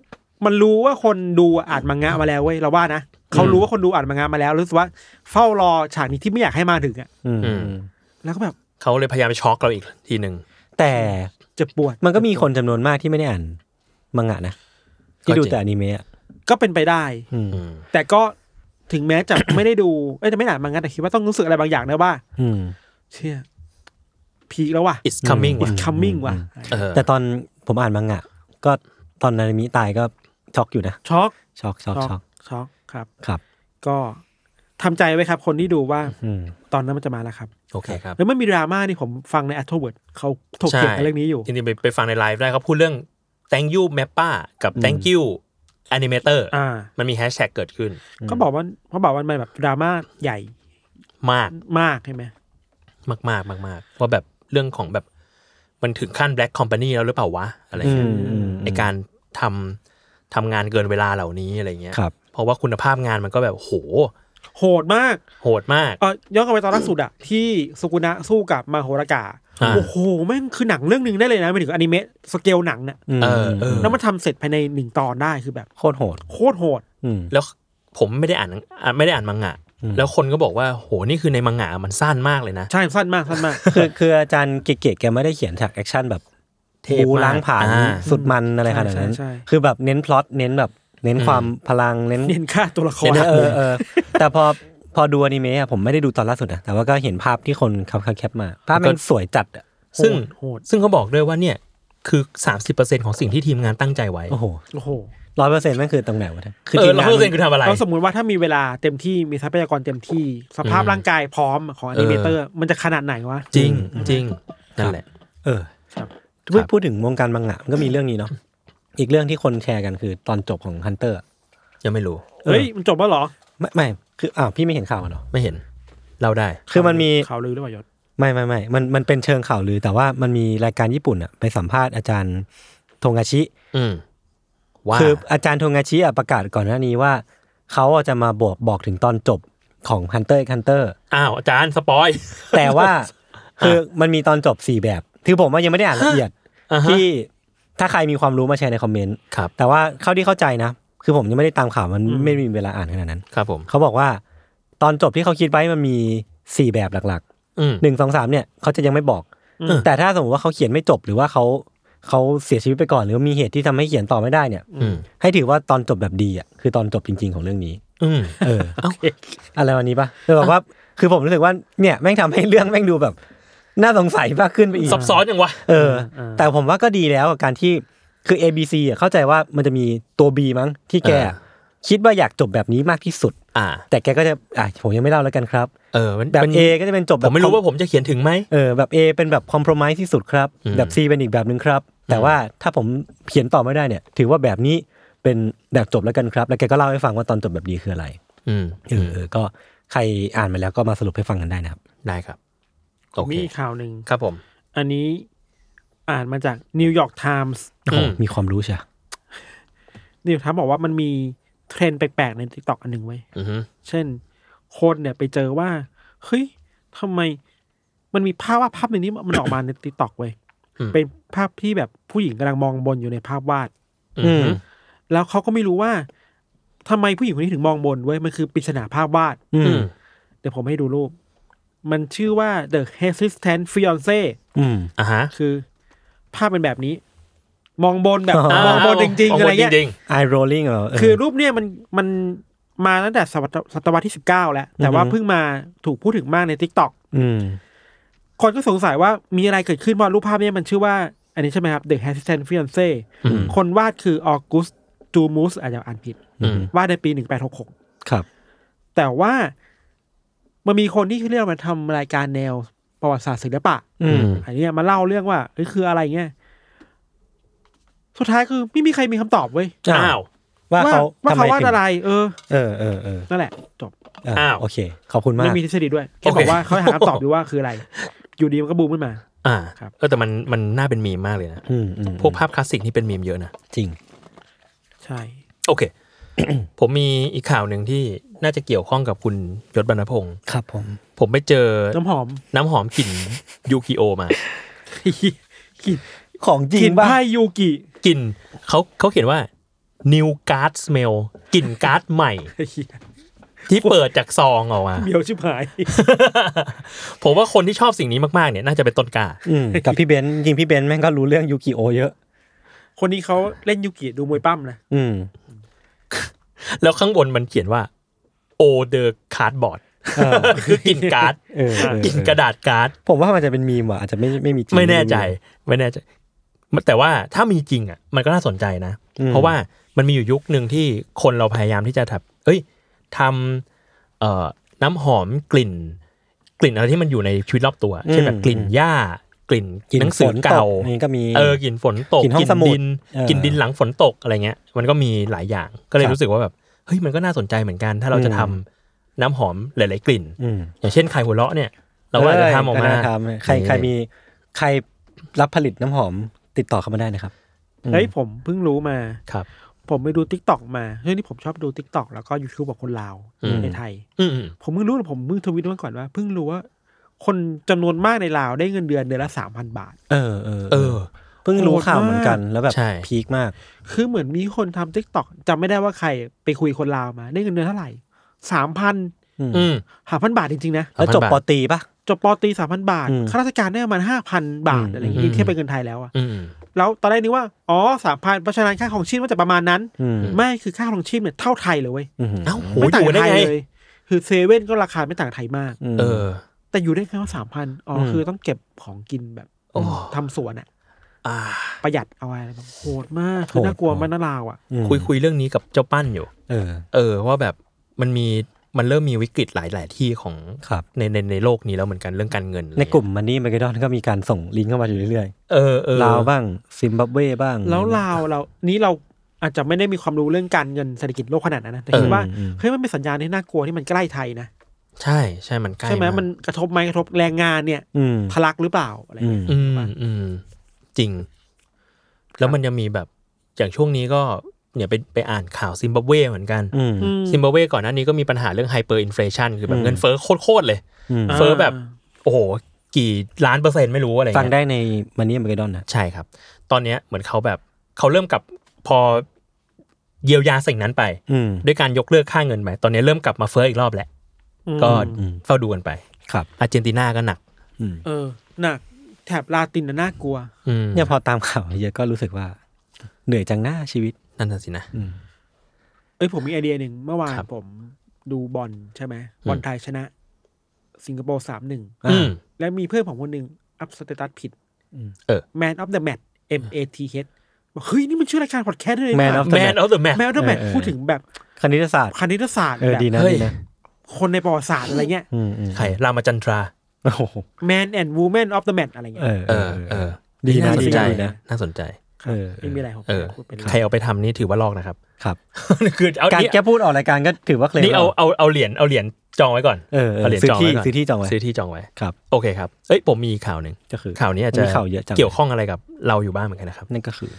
Speaker 2: มันรู้ว่าคนดูอ่านมังงะมาแล้วเว้ยเราว่านะเขา
Speaker 3: อืม
Speaker 2: รู้ว่าคนดูอ่านมังงะมาแล้วรู้สึกว่าเฝ้ารอฉากนี้ที่ไม่อยากให้มาถึงอะ
Speaker 4: อืม
Speaker 3: อืม
Speaker 2: แล้วก็แบบ
Speaker 3: เขาเลยพยายามไปช็อกเราอีกทีหนึ่ง
Speaker 4: แต่
Speaker 2: เจ็บปวด
Speaker 4: มันก็มีคนจำนวนมากที่ไม่ได้อ่านมังงะนะที่ดู
Speaker 3: ก็จริง
Speaker 4: แต่อนิเมะอะ
Speaker 2: ก็เป็นไปได้
Speaker 4: อืม
Speaker 3: อืม
Speaker 2: แต่ก็ถึงแม้จะ ไม่ได้ดูเอ้ยแต่ไม่อ่านมังงะแต่คิดว่าต้องรู้สึกอะไรบางอย่างนะว่า
Speaker 4: อืม
Speaker 2: เชื่อพีคแล้วว่ะ
Speaker 3: it's coming ว่ะ
Speaker 2: it's coming ว่ะ
Speaker 3: เออ
Speaker 4: แต่ตอนผมอ่านมังงะ ก็ตอนนานามิตายก็ช็อกอยู่นะ
Speaker 2: ช็อก
Speaker 4: ช็อกช็อกช็อก
Speaker 2: ช็อกครับ
Speaker 4: ครับ
Speaker 2: ก็ทำใจไว้ครับ คนที่ดูว่า
Speaker 4: อืม
Speaker 2: ตอนนั้นมันจะมาแล้วครับ
Speaker 4: โ
Speaker 3: โอเคครับ
Speaker 2: แล้วไม่มีดราม่านี่ผมฟังในอัธเวิร์ดเขาถกเถียงกันเรื่องนี้อยู่
Speaker 3: จริงๆไปไปฟังในไลฟ์ได้เขาพูดเรื่อง thank you mappa กับ thank you animator
Speaker 2: อ่า
Speaker 3: มันมีแฮชแท็กเกิดขึ้น
Speaker 2: เขาบอกว่าเขาบอกว่ามันแบบดราม่าใหญ่
Speaker 3: มาก
Speaker 2: มากใช่ไหม
Speaker 3: มากมากมากมากว่าแบบเรื่องของแบบมันถึงขั้น black company แล้วหรือเปล่าวะ อะไร
Speaker 4: อื
Speaker 3: เงี้ย
Speaker 4: มอืม
Speaker 3: ไอการทำทำงานเกินเวลาเหล่านี้อะไรเงี้ย
Speaker 4: ครับ
Speaker 3: เพราะว่าคุณภาพงานมันก็แบบโห
Speaker 2: โหดมาก
Speaker 3: โหดมาก
Speaker 2: เออย้อนกลับไปตอนล่าสุดอะที่สุกุณะสู้กับมาโหรากา
Speaker 3: อ่า
Speaker 2: โอ้โหแม่งคือหนังเรื่องหนึ่งได้เลยนะไปถึงอนิเมะสเกลหนังน่ะ
Speaker 4: ม
Speaker 3: เออเออ
Speaker 2: แล้วมันทำเสร็จภายในหนึ่งตอนได้คือแบบ
Speaker 4: โคตรโหด
Speaker 2: โคตรโหด
Speaker 4: อืม
Speaker 3: แล้วผมไม่ได้อ่านหนังอ่ะไม่ได้อ่านมังงะ
Speaker 4: อืม
Speaker 3: แล้วคนก็บอกว่าโหนี่คือในมังงะมันสั้นมากเลยนะ
Speaker 2: ใช่สั้นมากสั้นมาก
Speaker 4: คือคืออาจารย์เก๋ๆแกไม่ได้เขียนฉากแอคชั่นแบบ
Speaker 3: เทพมาก
Speaker 4: บูล้างผ่าน
Speaker 3: อ่า
Speaker 4: สุดมันอะไรขนาดนั้น
Speaker 2: ใช่ใช่ใช่
Speaker 4: คือแบบเน้นพล็อตเน้นแบบ เน้นความพลังเน้น
Speaker 2: เน้นค่าตัวละคร
Speaker 4: เออเออ แต่พอพอดูอนิเมะอะผมไม่ได้ดูตอนล่าสุดนะแต่ว่าก็เห็นภาพที่คนเขาแคปมา ภาพมันสวยจัดอะ
Speaker 3: ซึ่ง
Speaker 2: โหด
Speaker 3: ซึ่งเขาบอกด้วยว่าเนี่ยคือ 30%ของสิ่งที่ทีมงานตั้งใจไว้
Speaker 4: โอ้โห
Speaker 2: โอ้โห
Speaker 4: ร้อยเปอร์เซ็นต์มันคือตรงไหนวะเนี่ย
Speaker 3: เออเราเพิ่งเซ็นคือทำอะไร
Speaker 2: เราสมมุติว่าถ้ามีเวลาเต็มที่มีทรัพยากรเต็มที่ สภาพ
Speaker 3: อืม
Speaker 2: ร่างกายพร้อมของอนิเมเตอร์ มันจะขนาดไหนวะ
Speaker 3: จริงจริงนั่นแหละ
Speaker 4: เออ
Speaker 2: ครับ
Speaker 4: พูดพูดถึงวงการมังงะมันก็มีเรื่องนี้เนาะอีกเรื่องที่คนแชร์กันคือตอนจบของฮันเตอร์
Speaker 3: ยังไม่รู้
Speaker 2: เฮ้ยมันจบแล้วเหรอ
Speaker 4: ไม่ไม่คืออ้าวพี่ไม่เห็นข่าวอะเนาะ
Speaker 3: ไม่เห็น เราได้
Speaker 4: คือมันมี
Speaker 2: ข่าวลือหรือเปล่ายศ
Speaker 4: ไม่ไม่ไม่มันมันเป็นเชิงข่าวลือ แต่ว่ามันมีรายการญี่ปุ่นอะไปสัมภาษณ์อาจารย์ทงอาชิ
Speaker 3: อืมว่า
Speaker 4: คืออาจารย์ทงอาชิอะประกาศก่อนหน้านี้ว่า เขาอะจะมาบอกบอกถึงตอนจบของ Hunter x Hunter
Speaker 3: อ้าวอาจารย์สปอย
Speaker 4: แต่ ว่าคือมันมีตอนจบ 4 แบบ คือผมว่ายังไม่ได้อ่าน ละเอียด
Speaker 3: อ่าฮะ
Speaker 4: ที่ถ้าใครมีความรู้มาแชร์ในคอมเมนต์
Speaker 3: ครับ
Speaker 4: แต่ว่าเข้าที่เข้าใจนะ คือผมยังไม่ได้ตามข่าวมันไม่มีเวลาอ่านขนาดนั้น
Speaker 3: ครับผม
Speaker 4: เขาบอกว่าตอนจบที่เขาคิดไว้มันมี 4 แบบหลักๆ
Speaker 3: อืม
Speaker 4: หนึ่งสองสามเนี่ยเขาจะยังไม่บอก
Speaker 3: อืม
Speaker 4: แต่ถ้าสมมติว่าเขาเขียนไม่จบหรือว่าเขาเขาเสียชีวิตไปก่อน หรือว่ามีเหตุที่ทำให้เขียนต่อไม่ได้เนี่ย
Speaker 3: อืม
Speaker 4: ให้ถือว่าตอนจบแบบดีอ่ะคือตอนจบจริง ๆของเรื่องนี้
Speaker 3: อืม
Speaker 4: เออ
Speaker 3: เอ้า
Speaker 4: อะไรวันนี้ปะคือแบบว่าคือผมรู้สึกว่าเนี่ยแม่งทำให้เรื่องแม่งดูแบบ น่าสงสัยมากขึ้นไปอีก
Speaker 3: ซับซ้อนยังวะ
Speaker 4: เออ แต่ผมว่าก็ดีแล้วกับการที่คือ A B C อ่ะเข้าใจว่ามันจะมีตัว B มั้งที่แกอะคิดว่าอยากจบแบบนี้มากที่สุด
Speaker 3: อ่า
Speaker 4: แต่แกก็จะอ่ะผมยังไม่เล่าแล้วกันครับ
Speaker 3: เออมัน
Speaker 4: แบบ
Speaker 3: มัน
Speaker 4: A ก็จะเป็นจบแบ
Speaker 3: ผ
Speaker 4: บ
Speaker 3: มไม่รู้ว่าผมจะเขียนถึงไหม
Speaker 4: เออแบบ A เป็นแบบคอม p r o m i s e ที่สุดครับ
Speaker 3: อืม
Speaker 4: แบบ C เป็นอีกแบบหนึ่งครับ แต่ว่าถ้าผมเขียนต่อไม่ได้เนี่ย ถือว่าแบบนี้เป็นแบบจบแล้วกันครับ แล้วแกก็เล่าให้ฟังว่าตอนจบแบบดีคืออะไร
Speaker 3: อืม
Speaker 4: เออเออก็ใครอ่านมาแล้วก็มาสรุปให้ฟังกันได้นะครับ
Speaker 3: ได้ครับโอ
Speaker 2: มี
Speaker 3: เค
Speaker 2: อีกข่าวหนึ่ง
Speaker 3: ครับผม
Speaker 2: อันนี้อ่านมาจากนิวยอร์กไทมส์
Speaker 4: โอ้โห
Speaker 3: อืม
Speaker 4: มีความรู้ใช่ไหม
Speaker 2: นิวทัพบอกว่ามันมีเทรนด์แปลกๆในทิกตอกอันหนึ่งไว้ย
Speaker 3: อือฮึ
Speaker 2: เช่น คนเนี่ยไปเจอว่า เฮ้ยทำไม มันมีภาพวาดภาพหนึ่งนี้มันออกมาในทิกตอกเว้ย
Speaker 3: อืม
Speaker 2: เป็นภาพที่แบบผู้หญิงกำลังมองบนอยู่ในภาพวาด
Speaker 3: อืม
Speaker 2: แล้วเขาก็ไม่รู้ว่าทำไมผู้หญิงคนนี้ถึงมองบนเว้ยมันคือปริศนาภาพวาด
Speaker 4: อื
Speaker 3: อื
Speaker 4: ม
Speaker 3: ม
Speaker 2: เดี๋ยวผมให้ดูรูป มันชื่อว่า The Hesitant Fiance
Speaker 4: อืม
Speaker 3: อ่าฮะ
Speaker 2: คือ ภาพเป็นแบบนี้ มองบนแบบ
Speaker 4: อ๋อ
Speaker 2: มองบนจริง ๆ อะไรเงี้ย
Speaker 3: มบนจริง
Speaker 4: eye rolling เหรอเ
Speaker 2: คือรูปเนี่ยมันมันมาตั้งแต่ศตวรรษศตวรรษที่สิบเก้าแล้ว แต่ว่า
Speaker 4: อือฮึ
Speaker 2: เพิ่งมาถูกพูดถึงมากในทิกตอก
Speaker 4: อืม
Speaker 2: คนก็สงสัยว่ามีอะไรเกิดขึ้นเพราะรูปภาพเนี่ยมันชื่อว่า อันนี้ใช่ไหมครับ The Hesitant Fiance
Speaker 3: อืม
Speaker 2: คนวาดคือออกุสจูมูสอาจจะอ่านผิด
Speaker 3: อืม
Speaker 2: วาดในปีหนึ่งแปดหกหก
Speaker 4: ครับ
Speaker 2: แต่ว่ามันมีคนที่เรียกมาทำรายการแนวประวัติศาสตร์ศิลปะ
Speaker 4: อืม
Speaker 2: อันเนี้ยมาเล่าเรื่องว่าเอ้ยคืออะไรเงี้ยสุดท้ายคือไม่มีใครมีคำตอบเว้ย
Speaker 4: อ้าว
Speaker 3: อ้าว
Speaker 4: ว่า
Speaker 2: ว่า
Speaker 4: เขา
Speaker 2: เขาวาด
Speaker 4: ถึง
Speaker 2: อะไร เออ
Speaker 4: เออเออเออ
Speaker 2: นั่นแหละจบ
Speaker 4: เออ
Speaker 3: อ้าว
Speaker 4: โอเค ขอบคุณมาก
Speaker 2: ไม่มีทฤษฎีด้วยแค่บ
Speaker 3: โอ
Speaker 2: อ
Speaker 3: เค
Speaker 2: กว่าเขาหาคำตอบอยู่ว่าคืออะไร อยู่ดีมันก็บูมขึ้นมา
Speaker 3: อ่า
Speaker 2: ครับ
Speaker 3: เออแต่มันมันน่าเป็นมีมมากเลยนะ
Speaker 4: อืมอืม
Speaker 3: พวกภาพคลาสสิกนี่เป็นมีมเยอะนะ
Speaker 4: จริง
Speaker 2: ใช่
Speaker 3: โอเค ผมมีอีกข่าวหนึ่งที่น่าจะเกี่ยวข้องกับคุณยศบรรณพงศ์
Speaker 4: ครับผม
Speaker 3: ผมไปเจอ
Speaker 2: น้ำหอม
Speaker 3: น้ำหอมกลิ่น ยูคิโอมา
Speaker 2: กลิน
Speaker 4: ของ จริ
Speaker 2: กลิ
Speaker 4: ง
Speaker 2: น
Speaker 4: ป่ะ
Speaker 2: ไพ่ยูกิ
Speaker 3: กลิ่นเขาเขาเขียนว่า new card smell กลิ่นการ์ดใหม่
Speaker 2: ไอ้เหี้ย
Speaker 3: ที่เปิดจากซองออกมา
Speaker 2: เบียวชิบหาย
Speaker 3: ผมว่าคนที่ชอบสิ่งนี้มากๆเนี่ยน่าจะเป็นต้นกล้า
Speaker 4: อืมกับพี่เบนซ์จริงพี่เบนซ์แม่งก็รู้เรื่องยูกิโอเยอะ
Speaker 2: คนนี้เขาเล่นยูกิดูมวยปั้มนะ
Speaker 4: อืม
Speaker 3: แล้วข้างบนมันเขียนว่า o the cardboard
Speaker 4: เออ
Speaker 3: คือกลิ่นการ์ด
Speaker 4: เออเออก
Speaker 3: ลิ่นกระดาษการ์ด
Speaker 4: ผมว่ามันจะเป็นมีมว่ะอาจจะไม่ไม่มีจริง
Speaker 3: ไม่แน่ใจไม่แน่ใจ แต่ว่าถ้ามีจริงอ่ะมันก็น่าสนใจนะ
Speaker 4: อืม
Speaker 3: เพราะว่ามันมีอยู่ยุคหนึ่งที่คนเราพยายามที่จะทำเอ้ยทำเอ่อน้ำหอมกลิ่น กลิ่นอะไรที่มันอยู่ในชีวิตรอบตัว
Speaker 4: อืม
Speaker 3: เช่นแบบกลิ่นหญ้า กลิ่นหนังสือ
Speaker 4: ฝ
Speaker 3: เก่า
Speaker 4: ตนี่ก็มี
Speaker 3: เออกลิ่นฝนตก
Speaker 4: กลิ่นห้องสมุด
Speaker 3: ดิน
Speaker 4: เออก
Speaker 3: ลิ่นดินหลังฝนตกอะไรเงี้ย มันก็มีหลายอย่างก็เลย
Speaker 4: ครับ
Speaker 3: รู้สึกว่าแบบเฮ้ยมันก็น่าสนใจเหมือนกัน ถ้าเราจะ
Speaker 4: อืม
Speaker 3: ทำน้ำหอมหลาย ๆ กลิ่น
Speaker 4: อืม
Speaker 3: อย่างเช่นไข่หัวเราะเนี่ย เราก็อาจจะทำออกมา
Speaker 4: เน่ทำใครใครมีใครรับผลิตน้ำหอมติดต่อเข้ามาได้นะครับ อืม
Speaker 2: เฮ้ยผมเพิ่งรู้มา
Speaker 3: ครับ
Speaker 2: ผมไปดูทิกตอกมาเรื่องที่ผมชอบดูทิกตอกแล้วก็ยูทูบของคนลาว
Speaker 3: อืม
Speaker 2: ในไทย
Speaker 3: อืมอืม
Speaker 2: ผมเพิ่งรู้ผมเพิ่งทวิตมาก่อนว่าเพิ่งรู้ว่า คนจำนวนมากในลาวได้เงินเดือนเดือนละสามพันบาท
Speaker 4: เออเออ
Speaker 3: เออ
Speaker 4: เพิ่งรู้ข่าวเหมือนกันแล้วแบบ
Speaker 3: ใช่
Speaker 4: พีคมาก
Speaker 2: คือเหมือนมีคนทำทิกตอกจำไม่ได้ว่าใครไปคุยคนลาวมา ได้เงินเดือนเท่าไหร่สามพัน
Speaker 4: อืม
Speaker 3: อืม
Speaker 2: หาพันบาทจริงๆนะ
Speaker 4: แล้วจบ
Speaker 3: 3,000
Speaker 4: ปอตรีปะ
Speaker 2: จบปอตรีสามพันบาท
Speaker 4: อืม
Speaker 2: ข้าราชการได้ประมาณห้าพันบาท
Speaker 4: อืม
Speaker 2: อะไรอย่างงี้
Speaker 3: อืม
Speaker 2: เทียบเป็นเงินไทยแล้วอะ
Speaker 3: อืม
Speaker 2: แล้วตอนแรกนึกว่าอ๋อสามพันเพราะฉะนั้นค่าของชีพมันจะประมาณนั้น
Speaker 4: อืม
Speaker 2: ไม่คือค่าของชีพเนี่ยเท่าไทยเลยเว้ย
Speaker 4: อืม
Speaker 3: เอ้าโห
Speaker 2: ไม่ต่าง
Speaker 3: อยู่ได้
Speaker 2: ไทย
Speaker 3: ไง
Speaker 2: เลยคือเซเว่นก็ราคาไม่ต่างไทยมาก
Speaker 4: อืม
Speaker 3: เออ
Speaker 2: แต่อยู่ได้แค่ว่าสามพันอ๋ออ
Speaker 4: ม
Speaker 2: คือต้องเก็บของกินแบบ
Speaker 3: โอ้
Speaker 2: ทำสวนอะ
Speaker 3: อ่า
Speaker 2: ประหยัดเอาไว้อะไรแบบโหดมากคือน่ากลัวมันน่าลาวอะ
Speaker 4: อืม
Speaker 3: คุยคุยเรื่องนี้กับเจ้าปั้นอยู่
Speaker 4: เออ
Speaker 3: เออ ว่าแบบมันมีมันเริ่มมีวิกฤตหลายหลายๆที่ของ
Speaker 4: ครับ
Speaker 3: ในในในโลกนี้แล้วเหมือนกันเรื่องการเงินอะไร
Speaker 4: ใน
Speaker 3: เงี้ย
Speaker 4: กลุ่มมันนี่มาเกดอนก็มีการส่งลิงก์เข้ามาอยู่เรื่อย
Speaker 3: เออเออ
Speaker 4: ๆลาวบ้างซิมบับเวบ้าง
Speaker 2: แล้วลาวเรานี่เราอาจจะไม่ได้มีความรู้เรื่องการเงินเศรษฐกิจโลกขนาดนั้นนะแต่คิดว่า
Speaker 4: อืม
Speaker 2: เฮ้ยมันเป็นสัญญาณที่น่ากลัวที่มันใกล้ไทยนะ
Speaker 3: ใช่ใช่มันใกล้
Speaker 2: ใช่ไหมา มันกระทบไหมกระทบแรงงานเนี่ย
Speaker 4: อืม
Speaker 2: ทะลักหรือเปล่าอะไร
Speaker 4: อื
Speaker 2: เงี้ย
Speaker 4: ม
Speaker 3: อืมอืมจริง แล้วมันจะมีแบบอย่างช่วงนี้ก็เนี่ยไปไปอ่านข่าวซิมบับเวเหมือนกัน
Speaker 4: อืม
Speaker 2: อืม
Speaker 3: ซิมบับเวก่อนหน้านี้ก็มีปัญหาเรื่องไฮเปอร์อินฟลชันคือแบ
Speaker 4: อื
Speaker 3: บ
Speaker 4: ม
Speaker 3: เงินเฟ้อโคตรๆเลย
Speaker 4: อืม
Speaker 2: อ่า
Speaker 3: เฟ้อแบบ โอ้โห กี่ล้านเปอร์เซ็นต์ไม่รู้อะไร
Speaker 4: ฟัง
Speaker 3: เงี้ย
Speaker 4: ได้ในมันนี่มาเกดอนนะ
Speaker 3: ใช่ครับ ตอนเนี้ยเหมือนเขาแบบเขาเริ่มกลับพอเยียวยาสิ่งนั้นไป
Speaker 4: อืม
Speaker 3: ด้วยการยกเลิกค่าเงินไป ตอนนี้เริ่มกลับมาเฟ้ออีกรอบแหละ
Speaker 2: อืม
Speaker 3: ก็
Speaker 4: อืม
Speaker 3: เฝ้าดูกันไป
Speaker 4: ครับ
Speaker 3: อาร์เจนตินาก็หนัก
Speaker 4: อืม
Speaker 2: เออหนักแถบลาตินน่ะน่ากลัว
Speaker 3: อืม
Speaker 4: เนี่ยพอตามข่าวเยอะก็รู้สึกว่า เหนื่อยจังหน้าชีวิต
Speaker 3: นั่นน่ะสินะ
Speaker 4: อืม
Speaker 2: เอ้ยผมมีไอเดียหนึ่งเมื่อวาน
Speaker 3: ครับ
Speaker 2: ผมดูบอลใช่ไหมบอลไทยชนะ สิงคโปร์สามหนึ่ง
Speaker 4: อ่า
Speaker 3: ืม
Speaker 2: และมีเพื่อนผมคนหนึ่งอัพสเตตัสผิด
Speaker 3: เออ
Speaker 2: แมนออฟเดอะแมท M A T H บอกเฮ้ย นี่มันชื่อรายการพอดแคสต์ด้วย
Speaker 4: Man of the
Speaker 3: แมนเอาเดอะแมน
Speaker 2: แมนออฟเดอะแมท
Speaker 4: เออเออ
Speaker 2: พูดถึงแบบ
Speaker 4: คณิตศาสตร์
Speaker 2: คณิตศาสตร์
Speaker 4: เออ
Speaker 2: แบบ
Speaker 4: ดีนะ
Speaker 3: เฮ้ย
Speaker 4: ดีนะ
Speaker 2: คนในประวัติศาสตร์อะไรเงี้ย
Speaker 4: อืมอืม
Speaker 3: ใครรามาจันทรา
Speaker 4: โอ้โห
Speaker 2: แมนแอนด์วูแมนออฟเดอะแมทอะไร
Speaker 4: เอ
Speaker 2: เงี้ย
Speaker 4: อ
Speaker 3: เอ
Speaker 4: เอ
Speaker 3: อ
Speaker 4: อ
Speaker 3: เอ
Speaker 4: เอ
Speaker 3: อ
Speaker 4: อ ดี
Speaker 3: น่า
Speaker 4: นะ
Speaker 3: ส
Speaker 4: ดี
Speaker 3: นใจ
Speaker 4: นะ
Speaker 2: ดี
Speaker 4: ดีนะ
Speaker 3: น่าสนใจ
Speaker 2: ครับ
Speaker 4: เออ
Speaker 2: ไม่มีอะไรผม
Speaker 3: เออ
Speaker 2: พูดไปเลย
Speaker 3: ใครเอาไปทำนี่ถือว่าลอกนะครับ
Speaker 4: ครับ
Speaker 3: คือเอา
Speaker 4: การ
Speaker 3: เนี่ย
Speaker 4: แก้พูดออกรายการก็ถือว่าเคลม
Speaker 3: นี่เอา
Speaker 4: แล้ว
Speaker 3: เอาเอาเหรียญเอาเหรียญจองไว้ก่อน
Speaker 4: เออเออ
Speaker 3: เอาเหรียญ
Speaker 4: ซื้อ
Speaker 3: จอง
Speaker 4: ที่
Speaker 3: ไว้ก่อน
Speaker 4: ซื้อที่จองไว้
Speaker 3: ซื้อที่จองไว้
Speaker 4: ครับ
Speaker 3: โอเคครับ เอ้ยผมมีข่าวหนึ่ง
Speaker 4: ก็คือ
Speaker 3: ข่าวนี้อาจจะ
Speaker 4: มีข่าวเยอะจัง
Speaker 3: เกี่ยวข้องอะไรกับเราอยู่บ้างเหมือนกันนะครับ
Speaker 4: นั่นก็คือ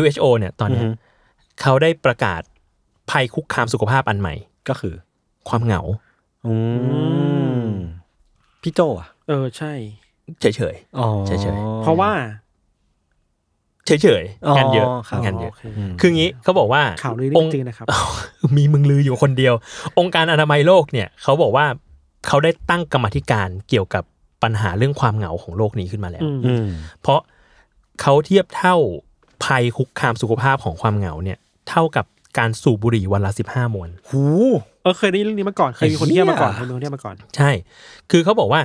Speaker 3: WHO เนี่ยตอนเนี้ย
Speaker 4: อือฮึ
Speaker 3: เขาได้ประกาศภัยคุกคามสุขภาพอันใหม่
Speaker 4: ก็คือ
Speaker 3: ความเหงา
Speaker 4: อื
Speaker 2: ม
Speaker 4: มพี่โจอ่ะ
Speaker 2: เออใช่
Speaker 3: เฉย
Speaker 4: อ๋อ
Speaker 3: เฉย
Speaker 2: เพราะว่า
Speaker 3: ๆ เฉย
Speaker 4: อ๋อ
Speaker 3: ๆ งานเยอะ
Speaker 4: ครับ
Speaker 3: งานเยอะ
Speaker 2: โค
Speaker 4: ม
Speaker 3: คืองี้เขาบอกว่า
Speaker 2: ข่าวลือ
Speaker 3: อ
Speaker 2: เรื่อง งจริงนะครับ
Speaker 3: มีมึงลืออยู่คนเดียว องค์การอนามัยโลกเนี่ยเขาบอกว่าเขาได้ตั้งกรรมาธิการเกี่ยวกับปัญหาเรื่องความเหงาของโลกนี้ขึ้นมาแล้ว
Speaker 2: อืม
Speaker 4: อืม
Speaker 3: เพราะเขาเทียบเท่าภัยคุกคามสุขภาพของความเหงาเนี่ยเท่ากับการสูบบุหรี่วันละสิบห้ามวน
Speaker 4: หู
Speaker 2: เออเคยได้ยินเรื่องนี้มาก่อน เคยมีคนเที่ยวมาก่อนเคยมีคนเที่ยวมาก่อน
Speaker 3: ใช่ คือเขาบอกว่า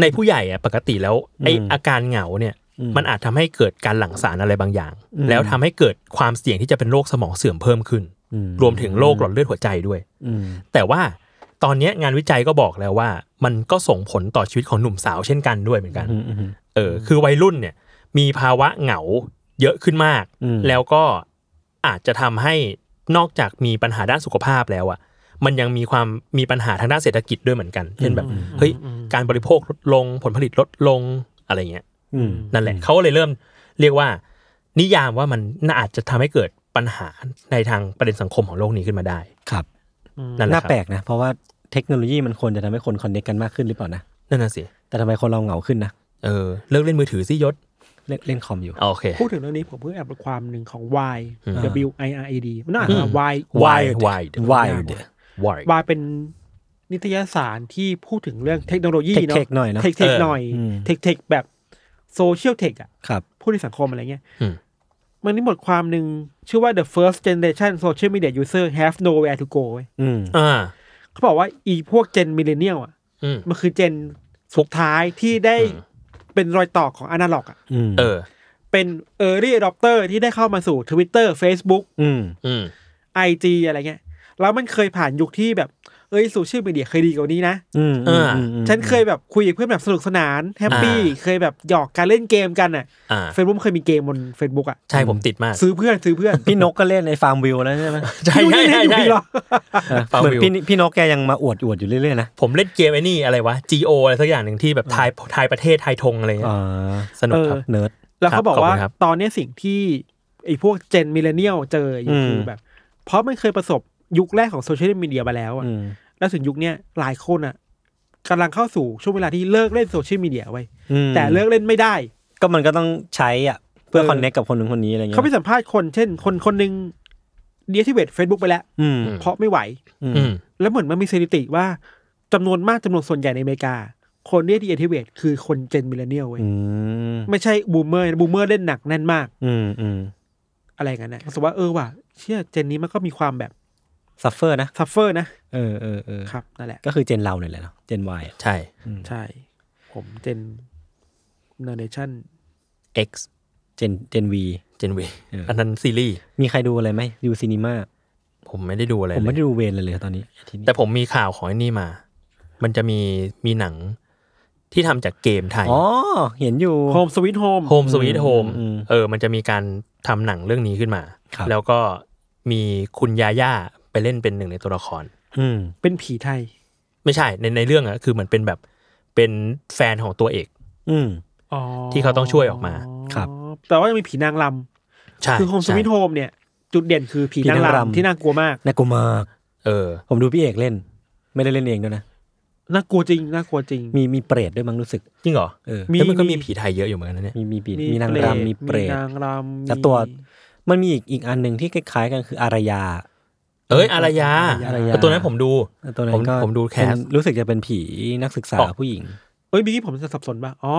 Speaker 3: ในผู้ใหญ่อะปกติแล้วไอ
Speaker 4: อืม
Speaker 3: อาการเหงาเนี่ย
Speaker 4: อืม
Speaker 3: มันอาจทำให้เกิดการหลั่งสารอะไรบางอย่าง
Speaker 4: อืม
Speaker 3: แล้วทำให้เกิดความเสี่ยงที่จะเป็นโรคสมองเสื่อมเพิ่มขึ้น
Speaker 4: อื
Speaker 3: รวมถึงโรคหลอดเลือดหัวใจด้วย
Speaker 4: อืม
Speaker 3: แต่ว่าตอนเนี้ยงานวิจัยก็บอกแล้วว่า มันก็ส่งผลต่อชีวิตของหนุ่มสาวเช่นกันด้วยเหมือนกัน
Speaker 4: อืมอืม
Speaker 3: เออ คือวัยรุ่นเนี่ย มีภาวะเหงาเยอะขึ้นมาก
Speaker 4: อืม
Speaker 3: แล้วก็อาจจะทำให้นอกจากมีปัญหาด้านสุขภาพแล้วอะมันยังมีความมีปัญหาทางด้านเศรษฐกิจด้วยเหมือนกัน เช่นแบบ
Speaker 2: อืม
Speaker 3: เฮ้ย
Speaker 2: อืม
Speaker 3: การบริโภคลดลง ผลผลิตลดลงอะไรเงี้ย
Speaker 4: อืม
Speaker 3: นั่นแหละเขาก็เลยเริ่มเรียกว่า นิยามว่ามันน่าอาจจะทำให้เกิดปัญหาในทางประเด็นสังคมของโลกนี้ขึ้นมาได้
Speaker 4: ครับ
Speaker 3: นั่นแหละ
Speaker 4: น่า
Speaker 3: ครับ
Speaker 4: แปลกนะ เพราะว่าเทคโนโลยีมันควรจะทำให้คนคอนเนคกันมากขึ้นหรือเปล่านะ
Speaker 3: นั่นน่ะสิ
Speaker 4: แต่ทำไมคนเราเหงาขึ้นนะ
Speaker 3: เออเลิกเล่นมือถือสิยศ
Speaker 4: เล่นเล่นคอมอยู่
Speaker 3: โอเค
Speaker 2: พูดถึงเรื่องนี้ผมเพิ่งแอบรู้ความหนึ่งของ Y
Speaker 3: อืม
Speaker 2: W I R A D มันน่าอ่านว่า
Speaker 3: อื
Speaker 2: Y
Speaker 3: ม wide wide
Speaker 4: Wired
Speaker 3: wide
Speaker 2: Y เป็นนิตยสารที่พูดถึงเรื่องเทคโนโลยีเนาะ
Speaker 4: Tech-tech หน่อยเนอะ
Speaker 2: เทคเทค
Speaker 3: เออ
Speaker 2: หน่อย
Speaker 4: อืม
Speaker 2: เทคเทคแบบโซเชียลเทคอะ
Speaker 4: ครับ
Speaker 2: พูดในสังคมอะไรเงี้ย
Speaker 3: อืม
Speaker 2: มันนี่บทความหนึ่งชื่อว่า the first generation social media user have nowhere to go เว้ย
Speaker 4: อืม
Speaker 3: อ่า
Speaker 2: เขาบอกว่าอีพวก Gen millennial อะ
Speaker 3: อืม
Speaker 2: มันคือเจนสุดท้ายที่ได้
Speaker 3: อืม
Speaker 2: เป็นรอยต่อของอนาล็อกอ่ะ
Speaker 4: อืม
Speaker 3: เออ
Speaker 2: เป็น Early Adopter ที่ได้เข้ามาสู่ Twitter Facebook
Speaker 4: อืม
Speaker 3: อืม
Speaker 2: IG อะไรเงี้ย แล้วมันเคยผ่านยุคที่แบบ เอ้ยโซเชียลมีเดียเคยดีกว่านี้นะ
Speaker 4: อืมมมม
Speaker 2: ฉันเคยแบบคุยกับเพื่อนแบบสนุกสนานแฮปปี้
Speaker 3: อ่า
Speaker 2: เคยแบบหยอกการเล่นเกมกันอ่ะ
Speaker 3: อ่า
Speaker 2: เฟซบุ๊กเคยมีเกมบน Facebook อ่ะ
Speaker 3: ใช่ผมติดมาก
Speaker 2: ซื้อเพื่อนซื้อเพื่อน
Speaker 4: พี่นกก็เล่นในฟาร์มวิวแล้วใช่ไหม
Speaker 3: ใช่ใช่
Speaker 2: พี่
Speaker 3: ใช่
Speaker 2: ยังเล่นอยู่
Speaker 3: ใช่
Speaker 2: อีกเหรอ
Speaker 4: เออ
Speaker 3: ฟาร์ม
Speaker 4: เหมือน
Speaker 3: วิว
Speaker 4: พี่พี่นกแกยังมาอวดอวดอยู่เรื่อยๆนะ
Speaker 3: ผมเล่นเกมไอ้นี่อะไรวะ G.O. อะไรสักอย่างหนึ่งที่แบบทายทายประเทศทายธงอะไรเงี้
Speaker 4: อ๋
Speaker 3: ย
Speaker 4: อ
Speaker 3: สนุกครับ
Speaker 2: เออ
Speaker 4: เนิร์ด
Speaker 2: แล้วเขาบอกว่า
Speaker 3: ขอบคุณครับ
Speaker 2: ตอนเนี้ยสิ่งที่ไอ้พวกเจนมิเลเนียลเจออยู่
Speaker 4: อืม
Speaker 2: คือแบบ เพราะมันเคยประสบยุคแรกของโซเชียลมีเดียมาแล้วอะ
Speaker 4: อืม
Speaker 2: แล้วถึงยุคเนี้ยหลายคนอ่ะกำลังเข้าสู่ช่วงเวลาที่เลิกเล่นโซเชียลมีเดียไว้ย
Speaker 4: อืม
Speaker 2: แต่เลิกเล่นไม่ได้
Speaker 4: ก็มันก็ต้องใช้อ่ะ เพื่อ
Speaker 2: เออ
Speaker 4: คอนเน c กกับคนนึงคนนี้อะไรเงี้ย
Speaker 2: เขาไปสัมภาษณ์คนเช่น คนคนหนึ่งเดียทิเวตเฟซบุ๊กไปแล้ว
Speaker 4: อืม
Speaker 2: เพราะไม่ไหว
Speaker 4: อืม
Speaker 3: อืม
Speaker 2: แล้วเหมือนมันมีสถิติว่าจำนวนมากจำนวนส่วนใหญ่ในอเมริกา คนที่ดีเอทิเวตคือคนเจนมิเลเนียลเว้ย
Speaker 4: อืม
Speaker 2: ไม่ใช่บูมเมอร์บูมเมอร์เล่นหนักแน่นมาก
Speaker 4: อืมอืม
Speaker 2: อะไรอย่างนั้นนะรู้สึกว่าเออว่ะเชื่อเจนนี้มันก็มีความแบบ
Speaker 4: ซัฟเฟอร์นะ
Speaker 2: ซัฟเฟอร์นะ
Speaker 4: เออเออเออ
Speaker 2: ครับนั่นแหละ
Speaker 4: ก็คือเจนเราเนี่ยแหละเนาะเจนวาย
Speaker 3: ใช่
Speaker 2: ใช่ ผมเจนเนเนชั่น
Speaker 3: X
Speaker 4: เจนเจนวี
Speaker 3: Gen V
Speaker 4: เอออั
Speaker 3: อันนั้นซีรีส์
Speaker 4: มีใครดูอะไรไหมดูซีนีมา
Speaker 3: ผมไม่ได้ดูอะไร
Speaker 4: ผม
Speaker 3: เล
Speaker 4: ไม่
Speaker 3: ย
Speaker 4: ได้ดูเวนเลยเลยตอนนี้อาทิตย์นี้
Speaker 3: แต่ผมมีข่าวของไอ้นี่มา มันจะมีมีหนังที่ทำจากเกมไทย
Speaker 4: อ๋อเห็นอยู่
Speaker 2: โฮมสวิตโฮม
Speaker 3: โฮมสวีทโฮม
Speaker 4: อืม
Speaker 3: เออ มันจะมีการทำหนังเรื่องนี้ขึ้นมา
Speaker 4: ครับ
Speaker 3: แล้วก็มีคุณยาย่าไปเล่นเป็นหนึ่งในตัวละคร
Speaker 4: อืม
Speaker 2: เป็นผีไทย
Speaker 3: ไม่ใช่ในในเรื่องอะคือเหมือนเป็นแบบเป็นแฟนของตัวเอก
Speaker 4: อืม
Speaker 2: อ๋อ
Speaker 3: ที่เขาต้องช่วยออกมา
Speaker 4: ครับ
Speaker 2: แต่ว่ายังมีผีนางร
Speaker 3: ใช่
Speaker 2: ำคือโฮมสวิตโฮ
Speaker 3: ใช่
Speaker 2: มเนี่ย จุดเด่นคือผีนาง
Speaker 4: ผีนางรำ
Speaker 2: รำที่น่ากลัวมาก
Speaker 4: น่ากลัวมาก
Speaker 3: เออ
Speaker 4: ผมดูพี่เอกเล่น ไม่ได้เล่นเองด้วยนะ
Speaker 2: น่ากลัวจริง น่ากลัวจริง
Speaker 4: มีมีเปรตด้วยมั้งรู้สึก
Speaker 3: จริงเหรอ
Speaker 4: เออ
Speaker 2: มี
Speaker 3: แล้วมันก็มีผีไทยเยอะอยู่เหมือนกันนะเนี่ย
Speaker 4: มีมีปีมีนาง
Speaker 2: เปต
Speaker 4: รำมีเปรต
Speaker 2: มีนางรำ
Speaker 4: แล้วตัว
Speaker 2: มี
Speaker 4: มันมีอีกอีกอันหนึ่งที่คล้ายๆกันคืออารยา
Speaker 3: เอ้ยอารยา
Speaker 4: อารยา
Speaker 3: แต่ตัวนั้นผมดู
Speaker 4: ตัวนั้นก็
Speaker 3: ผมผมดูแคส
Speaker 4: เป็นรู้สึกจะเป็นผีนักศึกษา
Speaker 3: ออก
Speaker 4: ผู้หญิง
Speaker 2: เอ้ยเมื่อกี้ผมจะสับสนป่ะ อ๋อ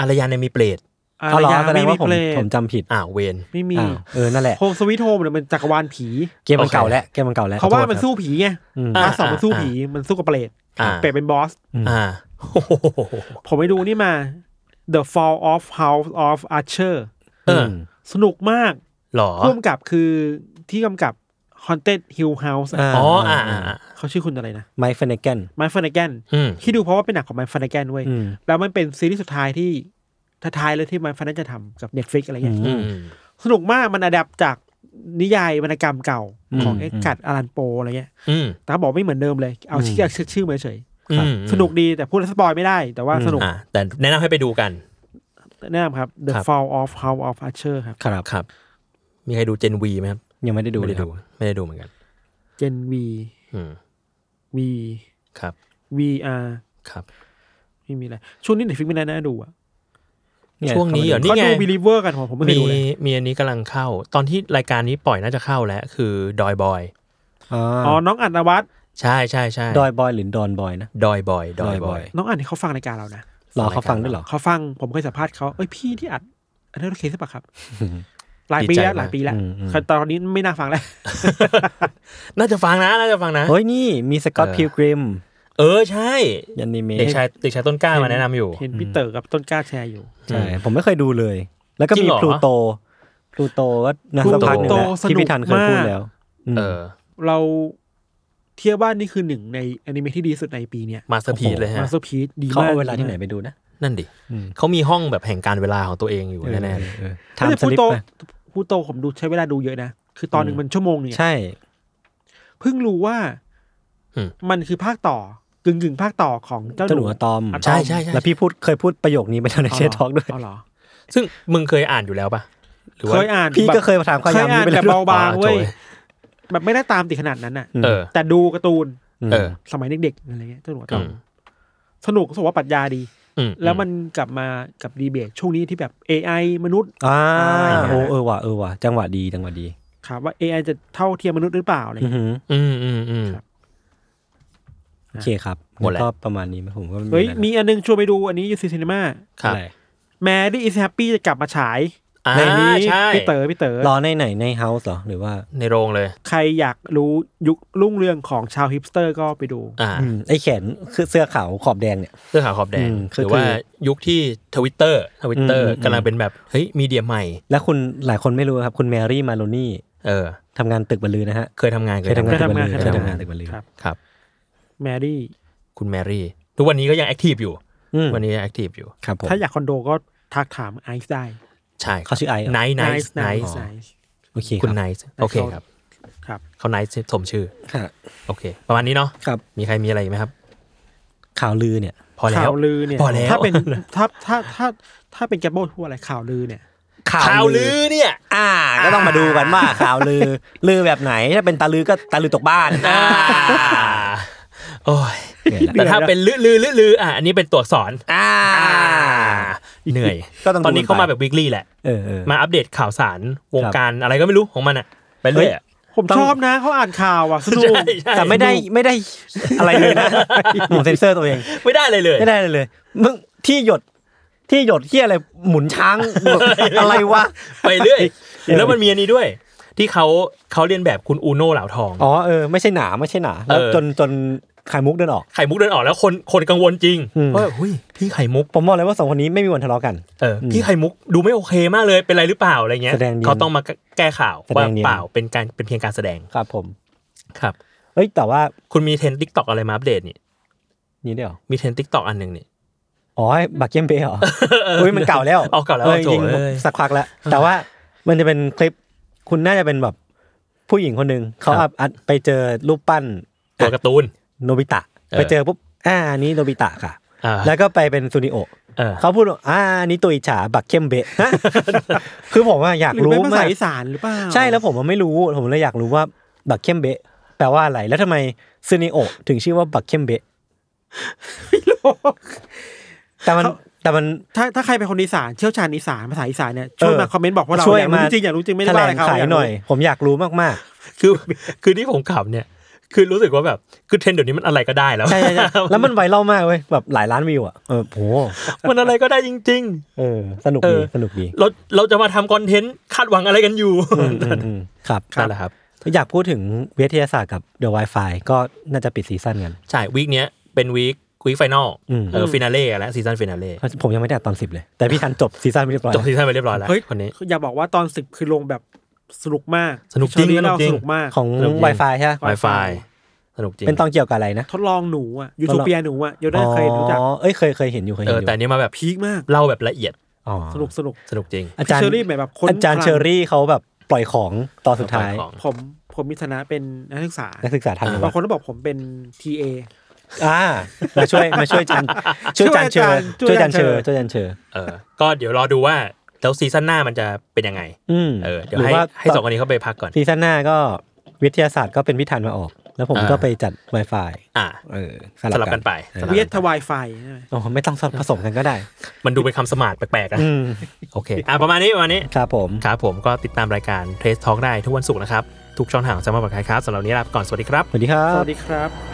Speaker 3: อารยาเนี่ยมีเปรต
Speaker 2: อา
Speaker 4: เอาเหรอย
Speaker 2: รา
Speaker 4: แสด
Speaker 2: ไม่
Speaker 4: ง
Speaker 2: มี
Speaker 4: ว่าผม
Speaker 2: เปรต
Speaker 4: ผมจำผิด
Speaker 3: อ่าวเวน
Speaker 2: ไม่มี
Speaker 4: อ้าวเออนั่นแหละ
Speaker 2: โฮมสวิตโฮมเนี่ยมันจักรวาลผี
Speaker 4: เกมมันเก่าแล้วเกมมันเก่าแล้ว
Speaker 2: เขาว่ามัน
Speaker 4: ขอโทษ
Speaker 2: สู้ผีไง
Speaker 4: ครับอืม
Speaker 2: ภาคสองมันสู้ผีมันสู้กับเปรต
Speaker 3: อ่า
Speaker 2: เปรตเป็นบอส
Speaker 3: อ่าโอ้โห
Speaker 2: ผมไปดูนี่มา The Fall of House of Archer
Speaker 3: เออ
Speaker 2: สนุกมาก
Speaker 3: หรอ
Speaker 2: ร่วมกับคือที่กำกับ Haunted Hill House อะ
Speaker 4: อ่า
Speaker 3: อ๋ออ่าอ่าอ่า
Speaker 2: เขาชื่อคุณอะไรนะ
Speaker 4: ไมค์เฟนเนแกน
Speaker 2: ไมฟ์ฟันแกน
Speaker 3: อืม
Speaker 2: ที่ดูเพราะว่าเป็นหนังของไมฟ์ฟันแกนเว้ย
Speaker 4: อืม
Speaker 2: แล้วมันเป็นซีรีส์สุดท้ายที่ท้ายๆเลยที่ไมฟ์ฟันจะทำกับ Netflix อะไรเงี้ย
Speaker 3: อืม
Speaker 2: สนุกมากมันอดับจากนิยายวรรณกรรมเก่าของเอ็ดการ์ดอารันโปอะไรเงี้ย
Speaker 3: อืม
Speaker 2: แต่เขาบอกไม่เหมือนเดิมเลย เอาชื่อเอาชื่อชื่อมาเฉย
Speaker 3: อืม
Speaker 2: สนุกดีแต่พูดแล้วสปอยไม่ได้ แต่ว่าสนุก
Speaker 3: อ่าแต่แนะนำให้ไปดูกัน
Speaker 2: แนะนำครับ The
Speaker 3: ครับ
Speaker 2: Fall of House of Archer ครับ
Speaker 4: ครับ
Speaker 3: ครับ มีใครดูเจนวีไหมครับ
Speaker 4: ยังไม่ได้ดู
Speaker 3: ไม่
Speaker 4: เล
Speaker 3: ได้
Speaker 4: ยครับ
Speaker 3: ดูไม่ได้ดูเหมือนกัน
Speaker 2: Gen V
Speaker 3: อืม
Speaker 2: V
Speaker 3: ครับ
Speaker 2: VR
Speaker 3: ครับ
Speaker 2: ไม่มีอะไร ช่วงนี้ Netflix ไม่ได้น่าดูอ่ะ
Speaker 4: เย
Speaker 3: ช่วงนี้เหรอ นี่
Speaker 2: เขา
Speaker 3: ไง
Speaker 2: ดู Believer กันผมผมไม่เคย
Speaker 3: มี
Speaker 2: ดูเลย
Speaker 3: มีอันนี้กำลังเข้า ตอนที่รายการนี้ปล่อยน่าจะเข้าแล้ว คือดอยบอย
Speaker 4: อ๋อ
Speaker 2: อ๋อ น้องอัดนวัต
Speaker 3: ใช่ใช่ใช่
Speaker 4: ดอยบอยหรือดอนบอยนะ
Speaker 3: ดอยบอยดอยบอย
Speaker 2: น้องอัดนี่เขาฟังรายการเรานะ
Speaker 4: รอเขาฟังด้วยเหรอ
Speaker 2: เขาฟังผมเคยสัมภาษณ์เขาเอ้ยพี่ที่อัดอันนั้นโอเคใช่ปะครับ หลายปี
Speaker 3: ดีใจ
Speaker 2: แล้ว
Speaker 3: มาก
Speaker 2: หลายปีแล้ว
Speaker 4: อืมอืม
Speaker 2: แต่ตอนนี้ไม่น่าฟังแล้ว
Speaker 3: น่าจะฟังนะ น่าจะฟังนะ
Speaker 4: เฮ้ยนี่มีสกอต
Speaker 3: เออ
Speaker 4: พิลกริม
Speaker 3: เออใช่
Speaker 4: ยันนิเมะ
Speaker 3: เด็กชายเด็กชายต้นกล้ามาแนะนำอยู่
Speaker 2: เห็นพี่เต๋อกับต้นกล้าแชร์อยู่
Speaker 4: ใช่ผมไม่เคยดูเลย แล้วก็
Speaker 3: จริ
Speaker 4: มี
Speaker 3: งเหรอ
Speaker 4: พลูโตพลูโตก็นะสักพักหนึงแล้ว
Speaker 2: Pluto
Speaker 4: ที่พี่ทันเคยพูดแล้วม
Speaker 3: เออ
Speaker 2: เราเทียบว่านี่คือหนึ่งในอนิเมะที่ดีที่สุดในปีเนี้ย
Speaker 3: มาสเตอร์พีเลยฮะ
Speaker 2: มาสเตอร์พีดี
Speaker 4: เขา
Speaker 2: มาก
Speaker 4: เอาเวลาที่ไหนไปดูนะ
Speaker 3: นั่นดิ
Speaker 4: อืม
Speaker 3: เขามีห้องแบบแห่งการเวลาของตัวเองอยู่แน่ๆเลย
Speaker 4: ทำ
Speaker 2: แต่
Speaker 4: ส
Speaker 2: พูด
Speaker 4: ลิป
Speaker 2: โต
Speaker 4: นะ
Speaker 2: พูดโตผมดูใช้เวลาดูเยอะนะ คือตอนหนึ่งมันชั่วโมงหนึ่งอะ
Speaker 4: ใช่
Speaker 2: เพิ่งรู้ว่า
Speaker 3: อืม
Speaker 2: มันคือภาคต่อกึ่งกึ่งๆภาคต่อของเจ้า
Speaker 4: เจ้าหนูอะ ตอม
Speaker 2: ะต
Speaker 3: ใช่ใช่ใช่
Speaker 4: แล้วพี่พูดเคยพูดประโยคนี้ไปแล้วในเชทท็อกด้วย
Speaker 2: อ๋อเหรอ
Speaker 3: ซึ่งมึงเคยอ่านอยู่แล้วปะหรือ
Speaker 2: เค
Speaker 3: ว่าย
Speaker 2: อ่าน
Speaker 4: พี่
Speaker 2: แบบ
Speaker 4: ก็เคยมาถามความ
Speaker 2: เค
Speaker 4: ยาย ม
Speaker 2: อ่า
Speaker 4: นี้
Speaker 2: น
Speaker 4: ไป
Speaker 2: แต่
Speaker 4: แล้วด้วย
Speaker 2: เบาบาง
Speaker 3: อ๋อ
Speaker 2: เว้ย
Speaker 3: โถ่
Speaker 2: แบบไม่ได้ตามติดขนาดนั้นน่ะ
Speaker 4: อืม
Speaker 3: เออ
Speaker 2: แต่ดูการ์ตูน
Speaker 4: อืม
Speaker 3: เออ
Speaker 2: สมัยเด็กๆอะไรเงี้ยเจ้าหนูอะตอม
Speaker 3: อืม
Speaker 2: สนุกรู้สกว่าปรัชญาดี
Speaker 3: อื
Speaker 2: แล้วมันกลับมากับดีเบตช่วงนี้ที่แบบ AI มนุษย์
Speaker 4: อ่า
Speaker 2: อะไรอย่างเงี้ย
Speaker 4: โอ้เออว่ะเออว่ะจังหวะดีจังหวะดี
Speaker 2: ครับว่า AI จะเท่าเทียมมนุษย์หรือเปล่าอะไร
Speaker 4: อือ
Speaker 2: เงี้ย
Speaker 4: หือ
Speaker 3: อืมอืมอืม
Speaker 2: ครับ
Speaker 4: โอเคครับ
Speaker 3: หมดแล้ว
Speaker 4: ก็ประมาณนี้ไหมผมก็ไม่
Speaker 2: เฮ้ย
Speaker 4: มี
Speaker 2: มีอันนึงชวนไปดูอันนี้ยูซีซีนีมา
Speaker 3: ครับ
Speaker 4: อะไร
Speaker 2: แมรี่อิสแฮปปี้จะกลับมาฉาย
Speaker 3: อ่า
Speaker 2: ในนี้
Speaker 3: ใช่
Speaker 2: พี่เต๋อพี่เต๋อ
Speaker 4: รอในไหนในเฮาส์เหรอหรือว่า
Speaker 3: ในโรงเลย
Speaker 2: ใครอยากรู้ยุครุ่งเรืองของชาวฮิปสเตอร์ก็ไปดู
Speaker 3: อ่า
Speaker 4: อืมไอ้แขนคือเสื้อขาวขอบแดงเนี่ย
Speaker 3: เสื้อขาวขอบแดง
Speaker 4: อืม
Speaker 3: หรือว่ายุคที่ทวิตเตอร์ทวิตเตอร์
Speaker 4: อืมอืม
Speaker 3: กำลังเป็นแบบ เฮ้ย มีเดียใหม่
Speaker 4: แล้วคุณหลายคนไม่รู้ครับ คุณแมรี่มาโลนี่
Speaker 3: เออ
Speaker 4: ทำงานตึกบรรลือนะฮะ
Speaker 3: เคยทำงาน
Speaker 4: เคยทำงานตึกบรร
Speaker 2: เค
Speaker 4: ลือเค
Speaker 2: ย
Speaker 4: ย
Speaker 2: ทำงาง
Speaker 4: ทำาน นตึกบรรลือ
Speaker 2: ครับ
Speaker 3: ครับ
Speaker 2: แมรี่
Speaker 3: คุณแมรี่ ทุกวันนี้ก็ยังแอคทีฟอยู่
Speaker 4: อืม
Speaker 3: วันนี้ยังแอคทีฟอยู่
Speaker 4: ครับผม
Speaker 2: ถ้าอยากคอนโดก็ทักถามไอซ์ได้
Speaker 3: ใช่
Speaker 4: เขาชื่อไอซ์เหรอ
Speaker 3: ไนท์ไนท์
Speaker 2: Nice
Speaker 3: ไน
Speaker 2: Nice
Speaker 3: ท์
Speaker 2: Nice
Speaker 4: โอเค
Speaker 3: คุณ
Speaker 4: ค
Speaker 3: ไน
Speaker 4: รับ
Speaker 3: ท์โอเคครับ
Speaker 2: ครับ
Speaker 3: เขาไนท์สมชื่อ
Speaker 4: ค่ะ
Speaker 3: โอเค ประมาณนี้เนาะ
Speaker 4: ครับ
Speaker 3: มีใครมีอะไรอีกไหมครับ
Speaker 4: ข่าวลือเนี่ย
Speaker 3: พอแล้ว
Speaker 2: ข่าวลือเนี่ย
Speaker 3: พอแล้ว
Speaker 2: ถ้าเป็นถ้าถ้าถ้าถ้าเป็นแกมโบทั่วอะไรข่าวลือเนี่ย
Speaker 3: ข่าวลือเนี่ย
Speaker 4: อ่า ก็ต้องมาดูกันว่าข่าวลือ ลือแบบไหน ถ้าเป็นตาลือก็ตาลือตกบ้าน
Speaker 3: อ่า โอ้ย
Speaker 4: เหนื่อยละ
Speaker 3: แต่ถ้าเป็นลือลือลือลืออ่ะ อันนี้เป็นตัวอักษร
Speaker 4: อ่า
Speaker 3: เหนื่อย
Speaker 4: ก็ต้องดู
Speaker 3: ตอนนี้
Speaker 4: กันไป
Speaker 3: เขามาแบบวิกฤตแหละ
Speaker 4: เออเออ
Speaker 3: มาอัปเดตข่าวสารวง
Speaker 4: ครับ
Speaker 3: การอะไรก็ไม่รู้ของมันอ่ะ ไปเรื่อยอะ
Speaker 2: ผมชอบนะเขาอ่านข่าวอ่ะสนุก
Speaker 3: ใช่ใช่
Speaker 4: แต่ไม่ได้ไม่ได้อะไรเลยนะ ผมเซ็นเซอร์ตัวเอง
Speaker 3: ไม่ได้เลยเลย
Speaker 4: ไม่ได้เลยเลยมึงที่หยดที่หยดที่อะไรหมุนช้าง อะไรวะ
Speaker 3: ไปเรื่อย แล้วมันมีอันนี้ด้วย ที่เขาเขาเรียนแบบคุณอูโน่เหลาทอง
Speaker 4: อ๋อเออไม่ใช่หนาไม่ใช่หนา แล้ว
Speaker 3: เออ
Speaker 4: จนจนไข่มุกเดินออก
Speaker 3: ไข่มุกเดินออกแล้วคนคนกังวลจริง
Speaker 4: อืม
Speaker 3: ว่าแบบเฮ้ยพี่ไข่มุก
Speaker 4: ผมบอกเลยว่าสองคนนี้ไม่มีวันทะเลาะกัน
Speaker 3: เอออ
Speaker 4: ม
Speaker 3: พี่ไข่มุกดูไม่โอเคมากเลยเป็นไรหรือเปล่าอะไรเงี้ย
Speaker 4: แสดงเนียน
Speaker 3: เขาต้องมาแก้ข่าว
Speaker 4: แสด
Speaker 3: ว่าง
Speaker 4: เนียน
Speaker 3: เปล่าเป็นการเป็นเพียงการแสดง
Speaker 4: ครับผม
Speaker 3: ครับ
Speaker 4: เอ้ยแต่ว่า
Speaker 3: คุณมีเทรนทิกตอกอะไรมาอัปเดตนี่
Speaker 4: นี่ได้วยเหรอ
Speaker 3: มีเทรนทิกตอกอันหนึ่งนี่
Speaker 4: อ๋อไอ้บักเกมเป้เหรออุ้ยมันเก่าแล้ว
Speaker 3: เอาเก่าแล้ว
Speaker 4: จริง
Speaker 3: โถ่
Speaker 4: ๆ
Speaker 3: เอ้ย
Speaker 4: สักพักแล้วแต่ว่ามันจะเป็นคลิปคุณน่าจะเป็นแบบผู้หญิงคนหนึ่งเขาอัพอัดไปเจอรูปปั้น
Speaker 3: ตัวการ์ตูน
Speaker 4: โนบิตะ
Speaker 3: เออ
Speaker 4: ไปเจอปุ๊บอ่าอันนี้โนบิตะค่ะ
Speaker 3: อ่า
Speaker 4: แล้วก็ไปเป็นซูนิโอ
Speaker 3: เออ
Speaker 4: เขาพูดว่าอ่านี่ตัวอิจฉาบักเข้มเบะ คือผมอะอยาก
Speaker 2: หรือเป็นภาม
Speaker 4: รู้าก
Speaker 2: ษาอีสานหรือเปล่า
Speaker 4: ใช่แล้วผมอะไม่รู้ผมเลยอยากรู้ว่าบักเข้มเบะแปลว่าอะไรแล้วทำไมซึนิโอะถึงชื่อว่าบักเข้มเบะแต่มันแต่มัน
Speaker 2: ถ้าถ้าใครเป็นคนอีสานเชี่ยวชาญอีสานภาษาอีสานเนี่ยช่วย
Speaker 4: เออ
Speaker 2: มาคอมเมนต์บอกพว่าเรา
Speaker 4: ช่วย
Speaker 2: อยาก
Speaker 4: มา
Speaker 2: รู้จริงๆอยากรู้จริงไม่ได้
Speaker 4: แถล
Speaker 2: ว่าอะไร
Speaker 4: ง
Speaker 2: เขา
Speaker 4: ไขายหน่อย ผมอยากรู้มาก
Speaker 3: คือคือที่ผมขับเนี่ย คือรู้สึกว่าแบบคือเทรนด์เดี๋ยวนี้ มันอะไรก็ได้แล้ว
Speaker 4: ๆ ใช่ใช่ใช่ แล้วมันไวรัลมากเว้ยแบบหลายล้านวิวอ่ะเออโห
Speaker 3: มันอะไรก็ได้จริง
Speaker 4: เออสนุก
Speaker 3: เอ
Speaker 4: ดี
Speaker 3: อ
Speaker 4: สนุก ดี
Speaker 3: ๆ เราเราจะมาทำคอนเทนต์คาดหวังอะไรกันอยู่
Speaker 4: อืมอืมอืมครับ
Speaker 3: นั่นแหละครับ
Speaker 4: อยากพูดถึงวิทยาศาสตร์กับ The Wi-Fi ก็น่าจะปิดซีซั่นกัน
Speaker 3: ใช่วีคเนี้ยเป็นวีควีคไฟนอล
Speaker 4: อืม
Speaker 3: เออฟินาเล่แล้วซีซันฟินาเล่
Speaker 4: ผมยังไม่ได้อัดตอนสิบเลย แต่พี่ทัน จบซีซั่นไปเรียบร้อย
Speaker 3: จ
Speaker 4: แล้
Speaker 3: บ
Speaker 4: ว
Speaker 3: ซีซันไปเรียบร้อยแล้ว
Speaker 2: เฮ้ย
Speaker 3: คนนี้
Speaker 2: อย่าบอกว่าตอนสิบคือลงแบบสนุกมาก
Speaker 3: สนุกจริง
Speaker 2: เชอ
Speaker 3: สนุกจริง
Speaker 2: เาสนุกมาก
Speaker 4: ของ
Speaker 3: สนุกจริง
Speaker 4: Wi-Fi ใช่ปะ
Speaker 3: Wi-Fi สนุกจริง
Speaker 4: เป็นตอนเกี่ยวกับอะไรนะ
Speaker 2: ทดลองหนูอ่ะยูทูเปียหนูอ่ะโยด้าเคยรู้จัก
Speaker 4: อ๋อเอ้ยเคยเคยเห็นอยู่เคย
Speaker 3: เอ
Speaker 4: เห็
Speaker 3: อน
Speaker 4: อ
Speaker 3: แต่อั
Speaker 4: ยู่
Speaker 3: นนี้มาแบบ
Speaker 2: พีคมาก
Speaker 3: เล่าแบบละเอียด
Speaker 4: อ๋อ
Speaker 2: สนุกสนุก
Speaker 3: สนุกจริง
Speaker 4: อาจารย์
Speaker 2: เชอรี่แบบค้น
Speaker 4: อาจารย์
Speaker 2: พลัง
Speaker 4: เชอรี่เขาแบบปล่อยของตอนสุดท้า
Speaker 3: ป
Speaker 4: ย
Speaker 3: ล่อยของ
Speaker 2: ผมผมมีฐานะเป็นนักศึกษา
Speaker 4: นักศึกษาทำหรือ
Speaker 2: าง
Speaker 4: วะ
Speaker 2: คนก็บอกผมเป็นทีเอ
Speaker 4: อ่ามาช่วยมาช่วยอาจารย์ช่วยอาจารย์เชอ
Speaker 2: ช่
Speaker 4: ช่
Speaker 2: ว
Speaker 4: วย
Speaker 2: อา
Speaker 4: ยอา
Speaker 2: จา
Speaker 4: จาร ร
Speaker 2: ย์
Speaker 4: ย์
Speaker 2: เช
Speaker 4: เช
Speaker 2: อ
Speaker 4: อช่วยอาจารย์เชอ
Speaker 3: เออ ก็เดี๋ยวรอดูว่าแล้วซีซั่นหน้ามันจะเป็นยังไง
Speaker 4: เอ
Speaker 3: เออ
Speaker 4: อ
Speaker 3: เดี๋ยว
Speaker 4: หรือ
Speaker 3: ให้
Speaker 4: ว่า
Speaker 3: ให้สองคนนี้เขาไปพักก่อน
Speaker 4: ซีซั่นหน้าก็วิทยาศาสตร์ก็เป็นพิธันมาออก แล้วผม
Speaker 3: อ่า
Speaker 4: ก็ไปจัด Wi-Fi
Speaker 3: อ่า
Speaker 4: เออ
Speaker 3: สลับกันไปสลับกันไป
Speaker 2: เวียดทวายไฟใช่ไหม
Speaker 4: โอ้ไม่ต้องผสมกันก็ได้
Speaker 3: มันดูเป็นคำสมาร์ทแปลกๆอะ
Speaker 4: อืม
Speaker 3: โอเค อ่ะ ประมาณนี้ ประมาณนี้
Speaker 4: ครับผม
Speaker 3: ครับผมก็ติดตามรายการเทสท a l k ได้ทุกวันศุกร์นะครับ ทุกช่องทางของสมาร์ทแคสต์สำหรับวันนี้ลาไปก่อน สวัสดีครับ
Speaker 4: สวัสดีครับ
Speaker 2: สวัสดีครับ